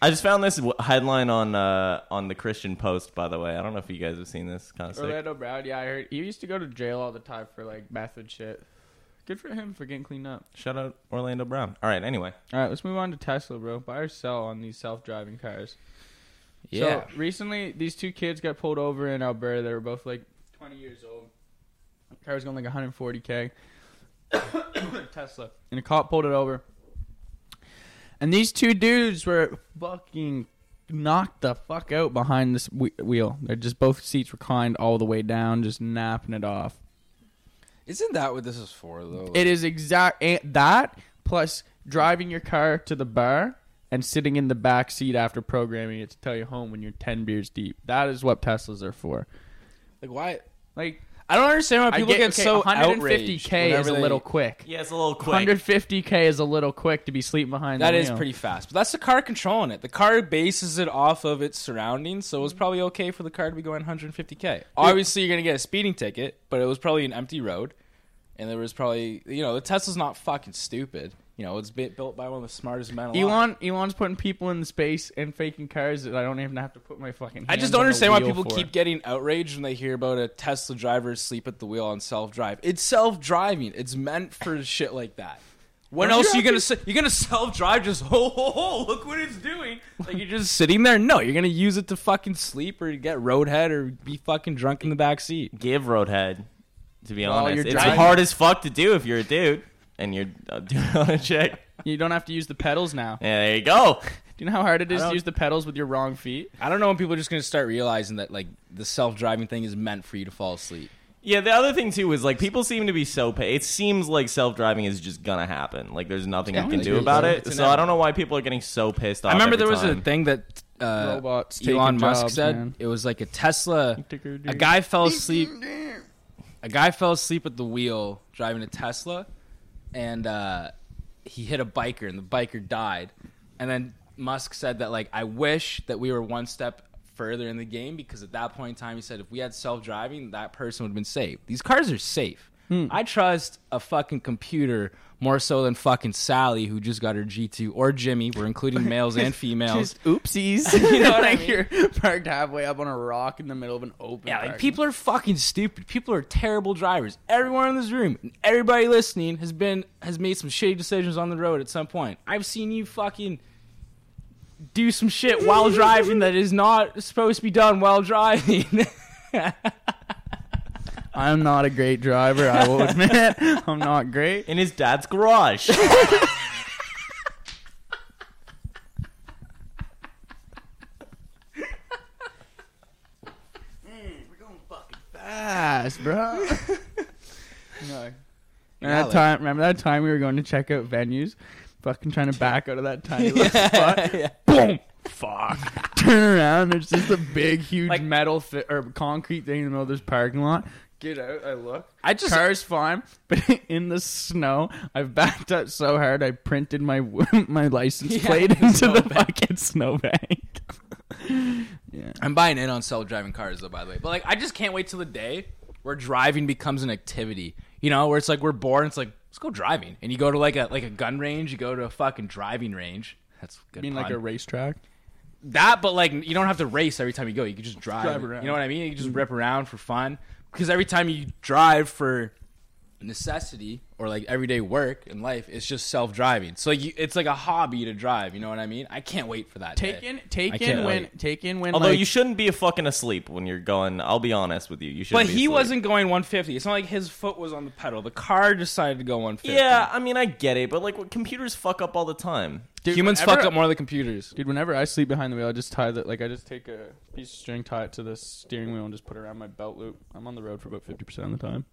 C: I just found this w- headline on uh, on the Christian Post. By the way, I don't know if you guys have seen this. Kind of sick.
B: Orlando Brown, yeah, I heard he used to go to jail all the time for like meth and shit. Good for him for getting cleaned up.
C: Shout out Orlando Brown. All right, anyway,
B: All right, let's move on to Tesla, bro. Buy or sell on these self-driving cars. So recently, these two kids got pulled over in Alberta. They were both like 20 years old. The car was going like 140k. Tesla. And a cop pulled it over. And these two dudes were fucking knocked the fuck out behind this whe- wheel. They're just both seats reclined all the way down, just napping it off.
A: isn't that what this is for though?
B: eh, It is exact and that plus driving your car to the bar and sitting in the back seat after programming it to tell you home when you're 10 beers deep. That is what Teslas are for.
A: Like why?
B: Like
A: I don't understand why
B: I
A: people
B: get,
A: get,
B: okay,
A: so
B: 150k
A: outraged
B: is a
A: whenever
B: little
A: they-
B: quick.
C: Yeah, it's a little quick.
B: 150k is a little quick to be sleeping behind
A: That
B: the
A: is
B: wheel.
A: pretty fast, but that's the car controlling it. The car bases it off of its surroundings, so it was probably okay for the car to be going 150k. Obviously, you're gonna get a speeding ticket, but it was probably an empty road, and there was probably you know the Tesla's not fucking stupid. You know, it's bit built by one of the smartest men. alive.
B: Elon Elon's putting people in space and faking cars that I don't even have to put my fucking
A: I
B: hands
A: just don't
B: on the
A: understand why
B: wheel
A: people
B: for.
A: keep getting outraged when they hear about a Tesla driver asleep at the wheel on self drive. It's self driving. It's meant for shit like that. When
B: Don't you
A: else are you
B: have
A: gonna s you're gonna self drive? Just ho ho ho! Look what it's doing. Like you're just sitting there. No, you're gonna use it to fucking sleep or get roadhead or be fucking drunk in the back seat.
C: Give Roadhead. To be
B: Well,
C: honest,
B: you're
C: it's
B: driving-
C: hard as fuck to do if you're a dude and you're uh, doing it on a chick.
B: You don't have to use the pedals now.
C: Yeah, there you go.
B: Do you know how hard it is to
A: don't-
B: use the pedals with your wrong feet?
A: I don't know when people are just gonna start realizing that like the self driving thing is meant for you to fall asleep.
C: Yeah, the other thing too is like people seem to be so pa- it seems like self driving is just gonna happen. Like there's nothing
B: Yeah,
C: you can
B: it
C: do
B: is.
C: about it.
A: It's
C: So I
A: inevitable.
C: don't know why people are getting so pissed off.
A: I remember
C: every
A: there was
C: time.
A: a thing that uh,
B: Robots taking
A: Elon Musk
B: jobs,
A: said
B: man.
A: it was like a Tesla. A guy fell asleep. A guy fell asleep at the wheel driving a Tesla, and uh, he hit a biker, and the biker died. And then Musk said that like I wish that we were one step further in the game because at that point in time he said if we had self driving that person would have been saved. These cars are safe. I trust a fucking computer more so than fucking Sally who just got her G2 or Jimmy. We're including males and females.
B: Just oopsies. you know what I
A: Like,
B: mean? You're parked halfway up on a rock in the middle of an open.
A: Yeah, like people are fucking stupid. People are terrible drivers. Everyone in this room, and everybody listening, has been has made some shitty decisions on the road at some point. I've seen you fucking do some shit while driving that is not supposed to be done while driving.
B: I'm not a great driver. I will admit, I'm not great.
C: in his dad's garage.
A: Oh
B: Fast, bro. no. Remember that
A: like-
B: time? Remember that time we were going to check out venues, fucking trying to back out of that tiny little spot. Boom. Fuck. Turn around. There's just a big, huge
A: Like-
B: metal thi- or concrete thing in the middle of this parking lot. Get out. I look.
A: I just
B: Car's fine, but in the snow, I've backed up so hard I printed my my license
A: Yeah,
B: plate
A: the
B: into the
A: snowbank.
B: fucking snowbank. yeah,
A: I'm buying in on self-driving cars though, by the way. But like, I just can't wait till the day where driving becomes an activity. You know, where it's like we're bored. It's like let's go driving, and you go to like a like a gun range. You go to a fucking driving range. That's a
B: I
A: good.
B: mean like
A: pun.
B: a racetrack.
A: that, but like you don't have to race every time you go. You can just drive.
B: Drive around.
A: You know what I mean? You can just rip around for fun. Because every time you drive for necessity or like everyday work in life, it's just self driving. So you, it's like a hobby to drive. You know what I mean? I can't wait for that.
B: Take
A: day.
B: in, take
A: can't
B: in when,
A: wait.
B: take in when.
C: Although
B: like,
C: you shouldn't be a fucking asleep when you're going. I'll be honest with you. You should.
A: But he wasn't going 150. It's not like his foot was on the pedal. The car decided to go 150.
C: Yeah, I mean, I get it, but like, what, computers fuck up all the time.
B: Dude,
A: Humans
B: whenever-
A: fuck up more than computers.
B: Dude, whenever I sleep behind the wheel, I just tie the like I just take a piece of string, tie it to the steering wheel, and just put it around my belt loop. I'm on the road for about fifty percent of the time.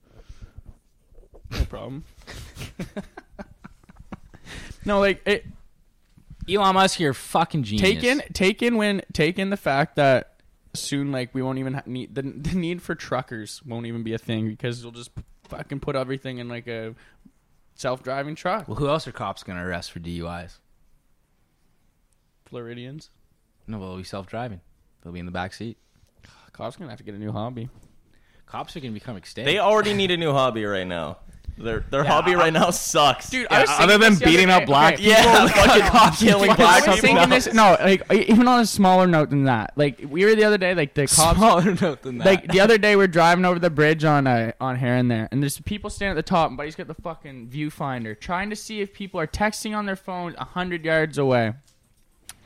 B: No problem. no, like it,
A: Elon Musk, you're a fucking genius.
B: take in take in when take in the fact that soon like we won't even ha- need the, the need for truckers won't even be a thing because you'll just fucking put everything in like a self-driving truck.
A: Well, who else are cops going to arrest for DUIs?
B: Floridians,
A: No, well, they'll be self driving. They'll be in the back seat.
B: cops gonna have to get a new hobby.
A: Cops are going to become extinct.
C: They already need a new hobby right now. Their their hobby right now sucks,
B: Dude,
A: Yeah,
B: I was thinking
A: other than
B: this the
A: beating
B: other
A: up
B: day-
A: black
B: okay.
C: Yeah, fucking cops killing
B: Fucking
C: black
B: I was
C: people.
B: thinking this. No, like e-, even on a smaller note than that. Like we were the other day, like the cops.
A: Smaller note than that.
B: Like the other day, we're driving over the bridge on uh, on Heron there, and there's people standing at the top, and buddy's got the fucking viewfinder, trying to see if people are texting on their phones hundred yards away.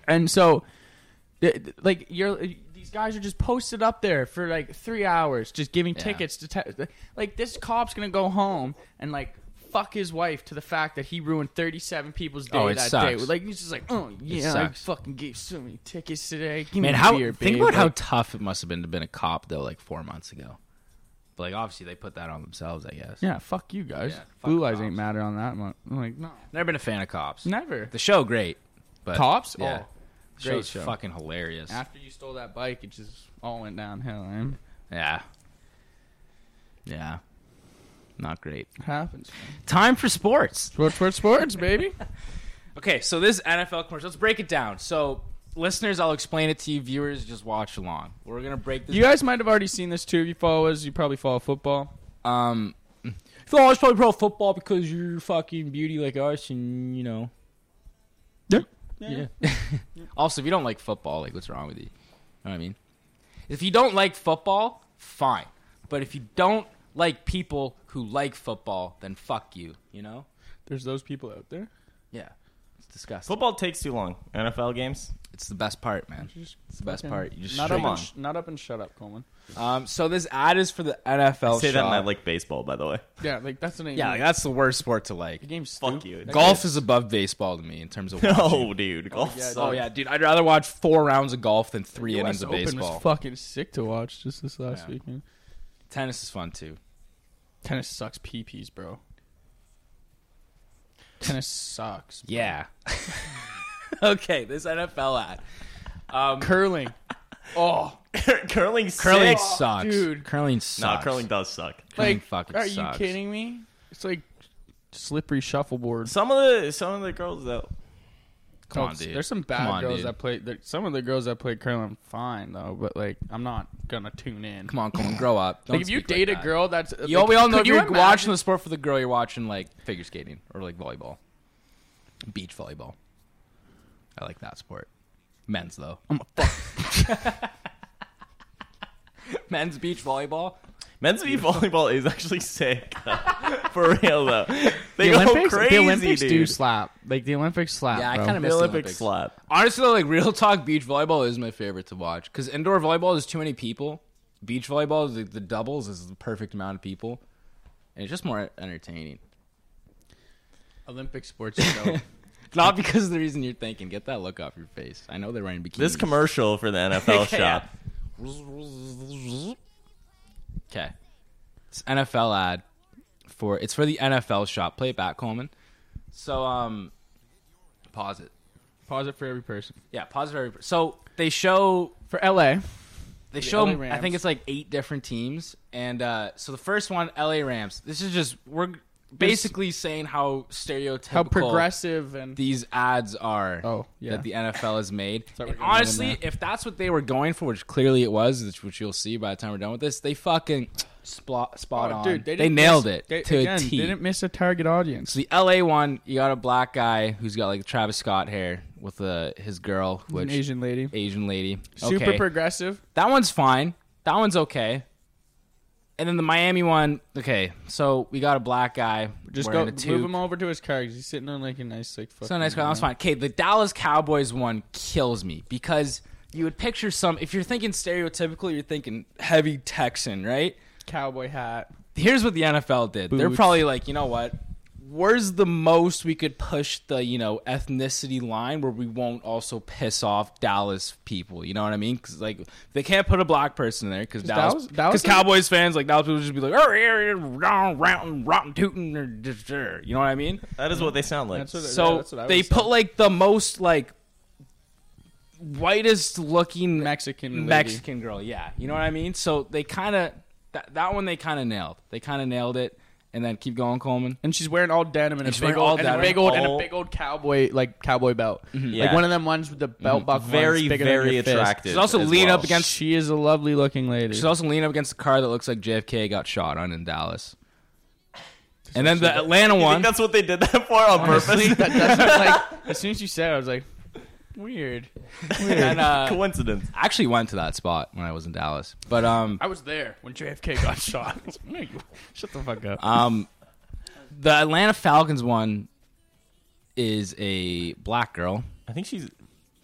B: And so, th- th- like you're, these guys are just posted up there for like three hours, just giving
A: Yeah.
B: tickets to te- like this cop's gonna go home and like fuck his wife to the fact that he ruined thirty seven people's day
A: Oh, it
B: that day.
A: sucks.
B: Like he's just like, oh yeah, I
A: sucks.
B: fucking gave so many tickets today.
A: Man,
B: Give me a
A: how
B: beer,
A: think
B: babe.
A: about how
B: Like,
A: tough it must have been to been a cop though, like four months ago. But, like obviously they put that on themselves, I guess.
B: Yeah, fuck you guys.
A: Yeah, fuck
B: Blue eyes
A: cops.
B: ain't matter on that one. I'm like, no,
A: Never been a fan of cops.
B: never.
A: The show great. But
B: Cops?
A: Yeah.
B: Oh,
A: Great
B: great show.
A: Fucking hilarious.
B: After you stole that bike, it just all went downhill. Man.
A: Yeah. Yeah. Not great.
B: It happens.
A: Time for sports.
B: Sports, sports, sports, baby.
A: Okay, so this NFL commercial. Let's break it down. So, listeners, I'll explain it to you. Viewers, just watch along. We're gonna break this.
B: You guys might have already seen this too. If you follow us, you probably follow football.
A: um, if you always play pro football because you're fucking beauty like us, and you know.
B: Yep.
A: Yeah. also, if you don't like football, like what's wrong with you? You know what I mean? If you don't like football, fine. But if you don't like people who like football, then fuck you. You know?
B: There's those people out there.
A: Yeah. It's disgusting.
C: Football takes too long. NFL games.
A: It's the best part, man.
B: Just
A: It's the best
B: fucking-
A: part. You just
B: not
A: straight
B: up,
C: Come
B: and
C: on.
B: sh- not up and shut up, Coleman.
A: Um, so this ad is for the NFL.
C: Say that
A: shop.
C: and I like baseball, by the way.
B: Yeah, like that's the name.
A: yeah, like, that's the worst sport to like.
B: the game's
C: Fuck
B: stupid.
C: you.
B: That
A: Golf is above baseball to me in terms of watching.
C: No, dude. Golf
B: yeah,
A: Oh
C: sucks.
A: yeah, dude, I'd rather watch four rounds of golf than three
B: US
A: innings of
B: Open
A: baseball.
B: was fucking sick to watch just this last
A: Yeah.
B: weekend.
A: Tennis is fun too.
B: Tennis sucks PPs, bro. Tennis sucks.
A: Yeah. okay, this NFL ad. Um,
B: Curling. Oh,
C: curling
A: curling
C: sucks.
A: sucks,
B: dude.
A: Curling sucks.
C: Nah, curling does suck.
A: Curling
B: like,
A: fucking
B: are
A: sucks.
B: you kidding me? It's like slippery shuffleboard.
C: Some of the some of the girls though.
A: Come
B: Oh,
A: on, dude.
B: There's some bad
A: Come on,
B: girls
A: dude.
B: that play. there- Some of the girls that play curling, fine though. But like, I'm not gonna tune in.
A: Come on, come on, grow up. Don't
B: like, if you
A: speak like
B: date a
A: that.
B: girl that's
A: you all we all know
B: could
A: if you're
B: imagine-
A: watching the sport for the girl. You're watching like figure skating or like volleyball, beach volleyball. I like that sport. Men's though. I'm a fuck. Men's beach volleyball.
C: Men's beach volleyball is actually sick. For real though. They
B: the
C: go
B: Olympics,
C: crazy,
B: the Olympics
C: dude.
B: do slap. Like the Olympics slap.
A: Yeah, I
B: bro.
A: kinda
C: the
A: miss the
C: Olympic
A: Olympics.
C: slap.
A: Honestly, though, like real talk, beach volleyball is my favorite to watch because indoor volleyball is too many people. Beach volleyball, the, the doubles is the perfect amount of people, and it's just more entertaining.
B: Olympic sports. are dope.
A: Not because of the reason you're thinking. Get that look off your face. I know they're wearing bikinis.
C: This commercial for the NFL shop.
A: Okay. It's NFL ad for it's for the NFL shop. Play it back, Coleman. So um pause it.
B: Pause it for every person.
A: Yeah, pause it very so they show
B: For LA,
A: they show
B: LA Rams.
A: I think it's like eight different teams. And uh so the first one, LA Rams. This is just we're basically saying how stereotypical
B: how progressive and
A: these ads are
B: Oh, yeah.
A: that the NFL has made.
B: Sorry,
A: And
B: we're gonna
A: honestly,
B: win
A: if that's what they were going for, which clearly it was, which, which you'll see by the time we're done with this, they fucking spot, spot on. Dude, they,
B: didn't
A: nailed
B: miss-
A: it
B: Oh, they-
A: to
B: again,
A: a T.
B: Didn't miss a target audience.
A: So the LA one, you got a black guy who's got like Travis Scott hair with uh, his girl,
B: An
A: which
B: Asian lady,
A: Asian lady.
B: super
A: Okay.
B: progressive.
A: That one's fine. That one's okay. And then the Miami one, okay. So we got a black guy.
B: Just
A: wearing a
B: go
A: toque.
B: move him over to his car 'cause he's sitting on like a nice like.
A: So nice
B: fucking,
A: car. That's fine. Okay, the Dallas Cowboys one kills me because you would picture some. If you're thinking stereotypically, you're thinking heavy Texan, right?
B: Cowboy hat.
A: Here's what the NFL did. They're
B: Boots.
A: probably like, you know what? Where's the most we could push the you know ethnicity line where we won't also piss off Dallas people? You know what I mean? Because like they can't put a black person in there because Dallas
B: Dallas- Dallas
A: because
B: is-
A: Cowboys fans like Dallas people just be like, oh, yeah, yeah, rotten, rotten, tootin', or just, uh," you know what I mean?
C: That is what they sound like.
B: That's what-
A: So
B: that's what I
A: they
B: would've
A: put
B: said.
A: like the most like whitest looking
B: Mexican lady.
A: Mexican girl. Yeah, you know what I mean. So they kind of that, that one they kind of nailed. They kind of nailed it. And then keep going, Coleman.
B: and she's wearing all denim
A: And
B: and, a
A: she's
B: big
A: wearing
B: old,
A: all Mm-hmm.
B: and a
A: denim.
B: big old and
C: All-
B: a big old cowboy like cowboy belt, like
C: Yeah.
B: one of them ones with the
A: Mm-hmm.
B: belt buckle. on,
C: very,
B: it's bigger than
C: very
B: your fist.
C: attractive.
A: She's also
C: as
A: lean
C: well.
A: up against-
B: She is a lovely looking lady.
A: She's also leaning up against the car that looks like JFK got shot on in Dallas. And then the Atlanta
C: You
A: one.
C: think that's what they did that for on purpose?
B: that doesn't like. As soon as you said, it, I was like, weird.
A: And, uh,
C: Coincidence.
A: I actually went to that spot when I was in Dallas, but um,
B: I was there when JFK got shot. No, you- Shut the fuck up.
A: Um, the Atlanta Falcons one is a black girl.
C: I think she's.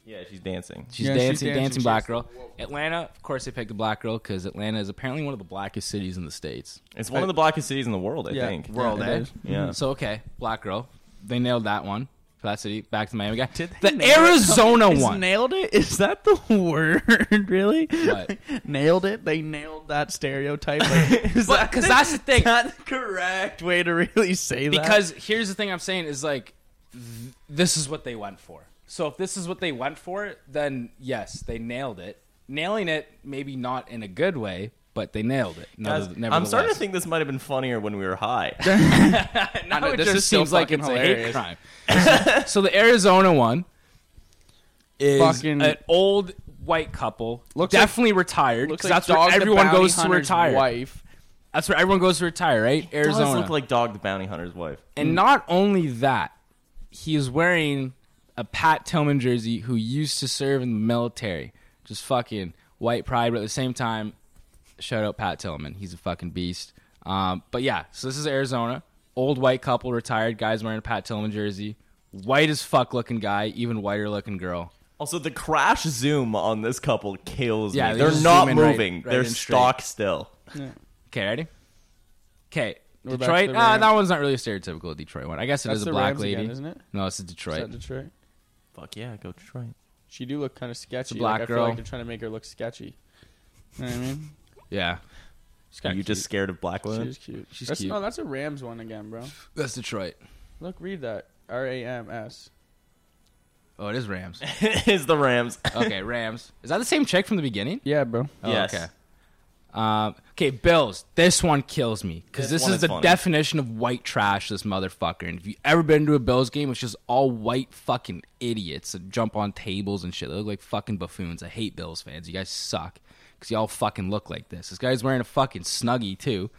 C: Yeah, she's dancing.
A: She's
B: Yeah, she's
A: dancing, dancing,
B: dancing.
A: black girl. Atlanta, of course, they picked a black girl because Atlanta is apparently one of the blackest cities in the states.
C: It's one of the blackest cities in the world, I
B: Yeah.
C: think.
A: World,
B: it
A: eh?
B: is.
C: Yeah.
A: So okay, black girl. They nailed that one for that city. Back to Miami guy.
B: they
A: the
B: nail it?
A: Arizona
B: Is
A: one.
B: nailed it. Is that the word? Really?
A: What?
B: nailed it. They nailed that stereotype. Like, is
A: But- 'cause that's the thing.
B: Not the correct way to really say that.
A: Because here's the thing I'm saying is like, th- this is what they went for. So if this is what they went for, then yes, they nailed it. Nailing it, maybe not in a good way, but they nailed it.
C: Guys,
A: Nevertheless,
C: I'm starting to think this might have been funnier when we were high.
A: I know,
B: it
A: this
B: just
A: just
B: so
A: seems like
B: fucking
A: it's
B: hilarious.
A: a hate crime. so, so the Arizona one is
B: Fucking-
A: an old white couple,
B: Looks like-
A: definitely retired.
B: Looks
A: 'cause
B: like
A: that's where
B: Dog the
A: everyone
B: Bounty
A: goes to
B: Hunter's
A: retire.
B: Wife.
A: That's where everyone goes to retire, right?
C: Does
A: Arizona.
C: look like Dog the Bounty Hunter's wife.
B: Mm.
A: and not only that, he is wearing a Pat Tillman jersey who used to serve in the military. Just fucking white pride, but at the same time, shout out Pat Tillman. He's a fucking beast. Um, but yeah, so this is Arizona. Old white couple, retired guys wearing a Pat Tillman jersey. White as fuck looking guy, even whiter looking girl.
C: Also, the crash zoom on this couple kills
A: Yeah,
C: me.
A: they
C: They're
A: just
C: not
A: zoom in right-
C: moving.
A: right
C: They're
A: in straight.
C: stock still.
A: Okay, ready? Okay.
B: We're back
A: Detroit.
B: to the
A: Ah,
B: Rams.
A: that one's not really a stereotypical Detroit one. I guess it
B: That's
A: is a
B: the
A: black
B: Rams
A: lady,
B: again, isn't it?
A: No, it's a
B: Is
A: Detroit.
B: that Detroit?
C: Fuck yeah, go Detroit.
B: She do look kind of sketchy.
A: black
B: like, I
A: girl.
B: feel like they're trying to make her look sketchy. You know what I mean?
A: yeah,
C: Are
A: kinda
C: you just scared of black women?
B: She's cute.
A: She's
B: that's,
A: cute.
B: No, that's a Rams one again, bro.
A: that's Detroit.
B: Look, read that. R A M S.
A: Oh, it is Rams.
C: Is the Rams?
A: okay, Rams. Is that the same chick from the beginning?
B: Yeah, bro.
A: Oh,
C: Yes.
A: Okay. Um, okay, Bills. This one kills me because this,
C: This one
A: is
C: is
A: the
C: funny.
A: definition of white trash. This motherfucker. And if you ever been to a Bills game, it's just all white fucking idiots that jump on tables and shit. They look like fucking buffoons. I hate Bills fans. You guys suck because y'all fucking look like this. This guy's wearing a fucking snuggie too.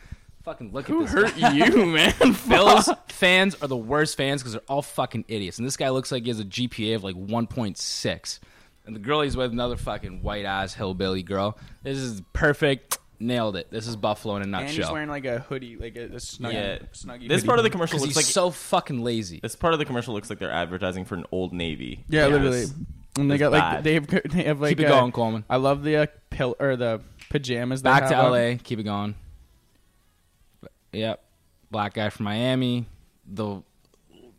A: Fucking look at this. guy.
B: you, man?
A: Bills fans are the worst fans because they're all fucking idiots. And this guy looks like he has a GPA of like 1.6. And the girl he's with, another fucking white ass hillbilly girl. This is perfect. Nailed it. This is Buffalo in a
B: And he's
A: nutshell.
B: wearing like a hoodie, like a, a snuggie.
C: Yeah.
B: snuggie
C: This
B: hoodie.
C: part of the commercial
A: Because
C: looks
A: he's so
C: like
A: fucking lazy.
C: this part of the commercial looks like they're advertising for an old navy.
B: Yeah,
C: Yes.
B: literally. And they
C: It's
B: got like
C: bad.
B: they have they have like
A: Keep it
B: uh,
A: going, Coleman.
B: I love the uh, pill or the pajamas. They
A: Back
B: have
A: to
B: on.
A: LA. Keep it going. Yep. Black guy from Miami. The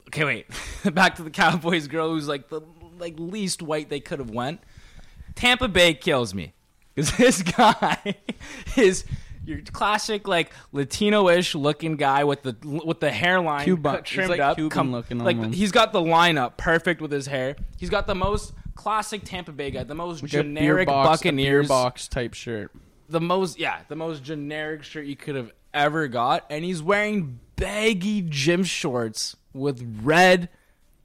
A: okay, wait. Back to the Cowboys girl who's like the like least white they could have went. Tampa Bay kills me because this guy is your classic like Latino-ish looking guy with the with the hairline
B: Cuban.
A: cut- trimmed
B: He's like
A: up,
B: Cuban looking
A: like
B: almost.
A: he's got the lineup perfect with his hair. He's got the most classic Tampa Bay guy, the most
B: Like a beer
A: generic
B: box, a beer
A: Buccaneers
B: box type shirt.
A: the most yeah the most generic shirt you could have ever got and he's wearing baggy gym shorts with red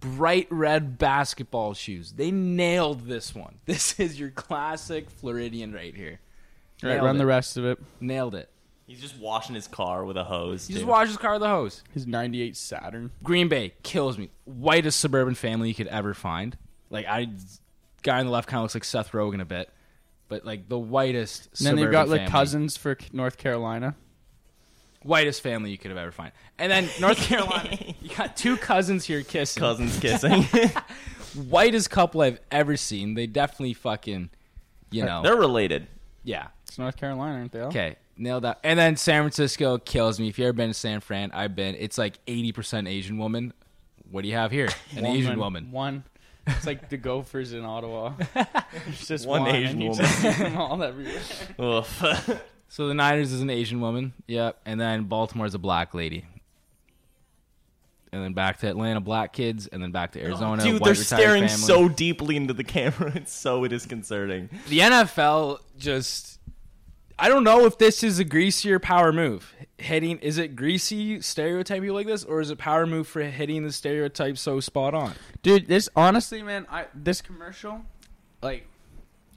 A: bright red basketball shoes they nailed this one this is your classic floridian right here
B: Right,
A: Nailed
B: run the
A: it.
B: rest of it.
A: nailed it
C: He's just washing his car with a hose.
A: he just
C: too.
A: washed his car with the hose
B: His '98 Saturn.
A: green bay kills me whitest suburban family you could ever find like i guy on the left kind of looks like seth rogen a bit but like the whitest
B: And then they've
A: suburban
B: got like
A: family.
B: cousins for K- North Carolina.
A: whitest family you could have ever find. And then North Carolina, you got two cousins here kissing.
C: cousins kissing.
A: Whitest couple I've ever seen. They definitely fucking, you know,
C: they're Oh. related.
A: yeah.
B: It's North Carolina, aren't they? All?
A: Okay, nailed that. And then San Francisco kills me. If you ever been to San Fran, I've been. It's like eighty percent Asian woman. What do you have here? An Asian woman.
B: One. It's like the Gophers in Ottawa. It's just
C: One
B: one,
C: Asian
B: and you
C: woman.
B: Just see them all everywhere.
C: Oof.
A: So the Niners is an Asian woman. Yep. And then Baltimore's a black lady. And then back to Atlanta, black kids, and then back to Arizona.
C: Oh, Dude,
A: white
C: they're
A: retired
C: staring
A: family.
C: so deeply into the camera. It's so disconcerting.
A: the NFL just I don't know if this is a greasier power move. Hitting is it greasy stereotype people like this, or is it power move for hitting the stereotype so spot on?
B: Dude, this honestly, man, I this commercial, like,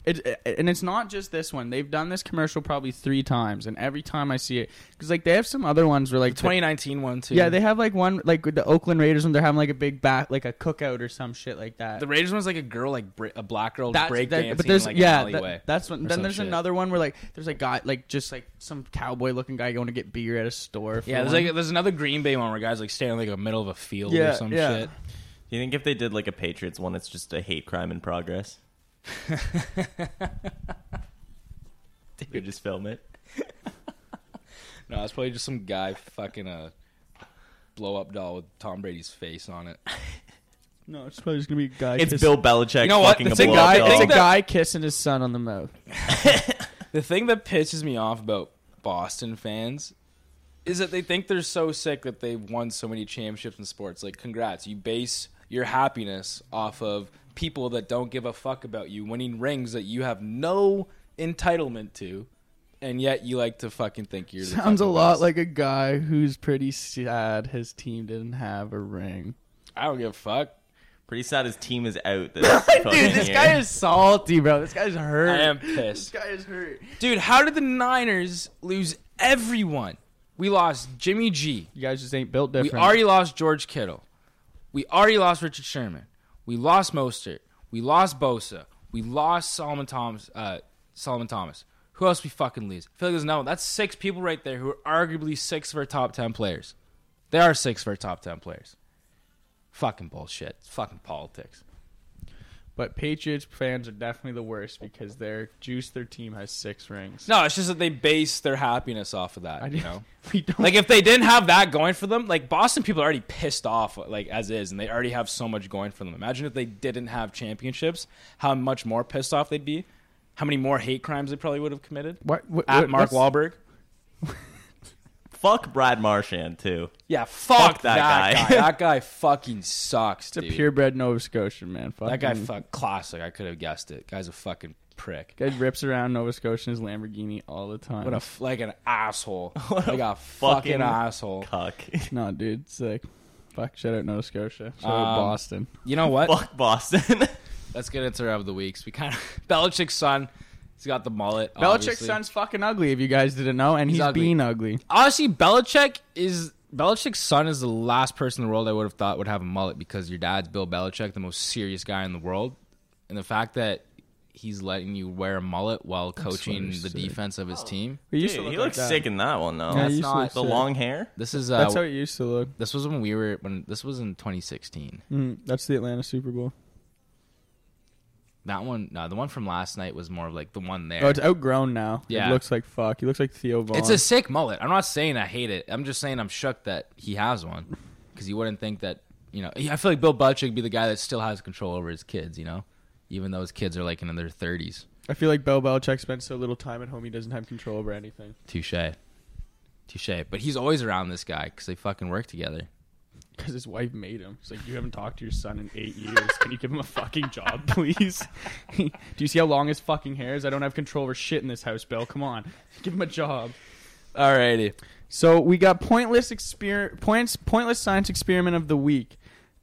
B: it, it- and it's not just this one. They've done this commercial probably three times, and every time I see it, because like they have some other ones where like the-
A: 2019 one too.
B: yeah, they have like one like with the Oakland Raiders when they're having like a big back like a cookout or some shit like that.
A: the Raiders one's like a girl like bra- a black girl
B: That's-
A: break
B: that-
A: dancing
B: but there's
A: in, like
B: yeah,
A: an
B: that-
A: alleyway.
B: that's one.
A: or
B: Then
A: some
B: there's
A: shit.
B: another one where like there's a guy like just like some cowboy looking guy going to get beer at a store. for
A: yeah, there's
B: one.
A: like there's another Green Bay one where guys like standing like in the middle of a field
B: Yeah,
A: or some
B: yeah.
A: shit.
C: Do you think if they did like a Patriots one, it's just a hate crime in progress? They just film it.
A: No, it's probably just some guy fucking a blow up doll with Tom Brady's face on it.
B: no, it's probably just gonna be a guy.
C: It's
B: kissing-
C: Bill Belichick
A: You know what?
C: fucking
A: The
C: a
A: thing-
C: blow
B: Guy,
A: Bill
B: it's a
A: Belichick.
B: guy kissing his son on the mouth.
A: The thing that pisses me off about Boston fans is that they think they're so sick that they've won so many championships in sports. Like, congrats, you base your happiness off of people that don't give a fuck about you winning rings that you have no entitlement to, and yet you like to fucking think you're. the
B: Sounds a
A: fucking
B: lot
A: best.
B: like a guy who's pretty sad his team didn't have a ring.
A: I don't give a fuck.
C: Pretty sad his team is out this fucking
B: Dude, this
C: year.
B: guy is salty, bro. This guy's hurt.
A: Oh, I am
B: This
A: pissed,
B: guy is hurt.
A: dude. How did the Niners lose everyone? We lost Jimmy G.
B: You guys just ain't built
A: We
B: different.
A: already lost George Kittle. We already lost Richard Sherman. We lost Mostert. We lost Bosa. We lost Solomon Thomas. Uh, Solomon Thomas. Who else we fucking lose? I feel like there's no. That's six people right there who are arguably six of our top ten players. They are six of our top ten players. Fucking bullshit. It's fucking politics.
B: but Patriots fans are definitely the worst because their juice their team has six rings.
A: No, it's just that they base their happiness off of that.
B: I
A: you know.
B: we don't
A: like if they didn't have that going for them, like Boston people are already pissed off, like as is, and they already have so much going for them. Imagine if they didn't have championships, how much more pissed off they'd be, how many more hate crimes they probably would have committed
B: what, what,
A: at
B: what-
A: Mark
B: what's-
A: Wahlberg.
C: Fuck Brad Marchand too.
A: Yeah, fuck,
C: that
A: that,
C: guy.
A: guy. that guy fucking sucks,
B: It's a
A: dude.
B: purebred Nova Scotian, man. Fucking,
A: that guy fuck classic. I could have guessed it. Guy's a fucking prick.
B: guy rips around Nova Scotia in his Lamborghini all the time.
A: What a f- like an asshole.
C: What a
A: like a
C: fucking
A: fucking, asshole.
C: Cuck.
B: no, dude. It's like, fuck. Shout out Nova Scotia. Shout out
A: Um,
B: Boston.
A: You know what?
C: Fuck Boston.
A: Let's get into our of the weeks. We kind of Belichick's son. He's got the mullet.
B: Belichick's
A: obviously.
B: son's fucking ugly. If you guys didn't know, and
A: He's
B: he's,
A: ugly.
B: being ugly.
A: honestly, Belichick is Belichick's son is the last person in the world I would have thought would have a mullet because your dad's Bill Belichick, the most serious guy in the world, and the fact that he's letting you wear a mullet while coaching
B: what
A: the
B: sick.
A: defense of his team.
B: He
C: Dude,
B: used to
C: he
B: look
C: looks
B: like that.
C: sick in that one though.
B: Yeah,
A: That's
B: he used to
A: not-
B: look
C: the
B: sick.
C: long hair.
A: This is uh,
B: That's how it used to look.
A: this was when we were when this was in 2016.
B: Mm, that's the Atlanta Super Bowl.
A: That one, no, the one from last night was more of like the one there.
B: Oh, it's outgrown now.
A: Yeah.
B: it looks like fuck. He looks like Theo Vaughn.
A: It's a sick mullet. I'm not saying I hate it. I'm just saying I'm shook that he has one because you wouldn't think that. You know, I feel like Bill Belichick would be the guy that still has control over his kids. You know, even though his kids are like in their 30s.
B: I feel like Bill Belichick spends so little time at home, he doesn't have control over anything.
A: Touche, touche. But he's always around this guy because they fucking work together.
B: Because his wife made him. She's like, you haven't talked to your son in eight years. Can you give him a fucking job, please? Do you see how long his fucking hair is? I don't have control over shit in this house, Bill. Come on, give him a job.
A: Alrighty.
B: So we got pointless exper- points, pointless science experiment of the week,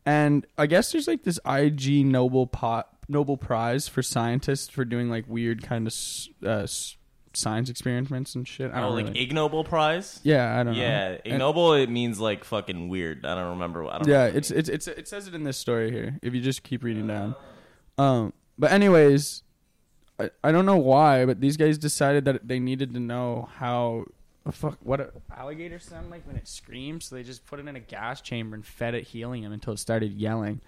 B: and I guess there's like this IG Nobel pot Nobel Prize for scientists for doing like weird kind of s- uh, s- science experiments and shit. I don't
C: Oh, like
B: really-
C: Ig Nobel Prize.
B: yeah, I don't know.
C: Yeah,
B: And-
C: ignoble it means like fucking weird. I don't remember. I don't
B: yeah,
C: know
A: Uh-huh.
C: what it
B: it's
C: means.
B: it's it's it says it in this story here. If you just keep reading down, um, but anyways, I, I don't know why, but these guys decided that they needed to know how a fuck what a alligator sound like when it screams. So they just put it in a gas chamber and fed it helium until it started yelling.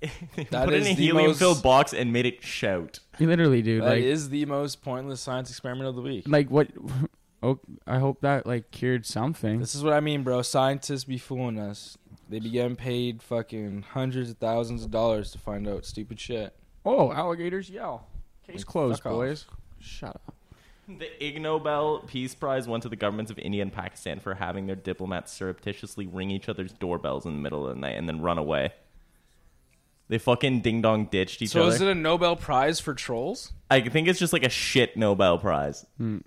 C: They
A: that
C: put it
A: is
C: in a
A: the
C: helium-filled
A: most-
C: box and made it shout.
B: You literally, dude,
A: That is
B: like
A: the most pointless science experiment of the week.
B: like what? Oh, I hope that like cured something.
A: This is what I mean, bro. Scientists be fooling us. They be getting paid fucking hundreds of thousands of dollars to find out stupid shit.
B: Oh, alligators yell. Case
A: Like,
B: closed,
A: fuck off.
B: boys. Shut up.
C: The Ig Nobel Peace Prize went to the governments of India and Pakistan for having their diplomats surreptitiously ring each other's doorbells in the middle of the night and then run away. They fucking ding dong ditched each
A: So
C: other.
A: is it a Nobel Prize for trolls?
C: I think it's just like a shit Nobel Prize.
A: Hmm.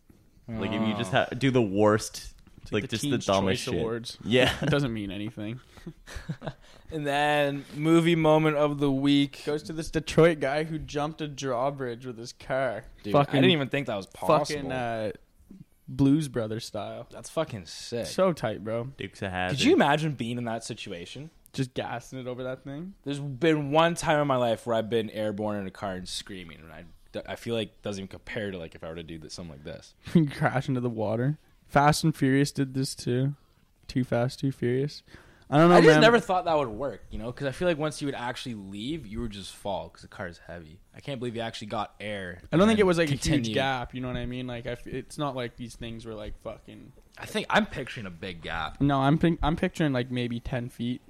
C: Like if you just ha- do the worst, like,
B: the
C: just the
B: Teen's
C: dumbest
B: Choice
C: shit.
B: Awards.
C: Yeah.
B: It doesn't mean anything.
A: And then movie moment of the week.
B: goes to this Detroit guy who jumped a drawbridge with his car.
A: Dude,
B: fucking,
A: I didn't even think that was possible.
B: fucking uh, Blues Brothers style.
A: That's fucking sick.
B: So tight, bro.
C: Dukes of Hazzard.
A: Could you imagine being in that situation?
B: Just gassing it over that thing.
A: There's been one time in my life where I've been airborne in a car and screaming, and I, I feel like it doesn't even compare to like if I were to do that, something like this.
B: You crash into the water. Fast and Furious did this too. Too fast, too furious. I don't know,
A: I just
B: man.
A: never thought that would work, you know, because I feel like once you would actually leave, you would just fall because the car is heavy. I can't believe you actually got air.
B: I
A: and
B: don't think
A: then
B: it was like a huge
A: continued.
B: gap. You know what I mean? Like, I f- it's not like these things were like fucking.
A: I think I'm picturing a big gap.
B: No, I'm pin- I'm picturing like maybe ten feet.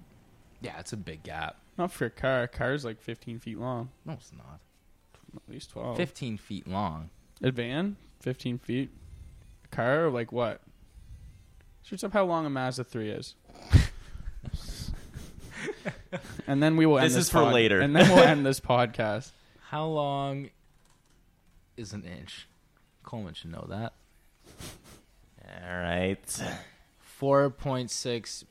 A: Yeah, it's a big gap.
B: Not for a car. A car's like fifteen feet long,
A: No, it's not.
B: at least twelve.
A: 15 feet long.
B: A van, fifteen feet. A car, like what? Search up how long a Mazda three is. and then we will. End
C: This
B: this
C: is for
B: pod-
C: later.
B: and then we'll end this podcast.
A: How long is an inch? Coleman should know that.
C: All right.
A: Four point six.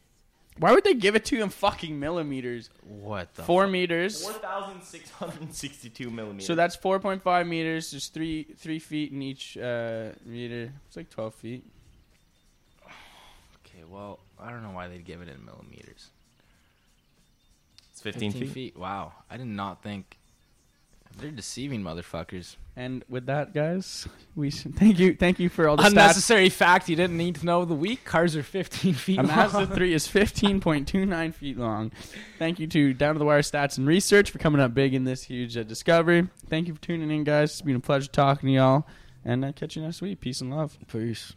B: Why would they give it to him fucking millimeters?
A: What the?
B: Four meters.
C: 4,662 millimeters.
B: So that's 4.5 meters. There's three three feet in each uh, meter. It's like 12 feet.
A: Okay, well, I don't know why they'd give it in millimeters.
C: it's 15, feet.
A: Wow, I did not think they're deceiving motherfuckers.
B: And with that, guys, we s- thank you thank you for all the stats.
A: Unnecessary fact you didn't need to know. The week cars are 15 feet
B: A Mazda
A: long.
B: 3 is 15.29 feet long. Thank you to Down to the Wire Stats and Research for coming up big in this huge uh, discovery. Thank you for tuning in, guys. It's been a pleasure talking to y'all. And uh, catch you next week. Peace and love.
A: Peace.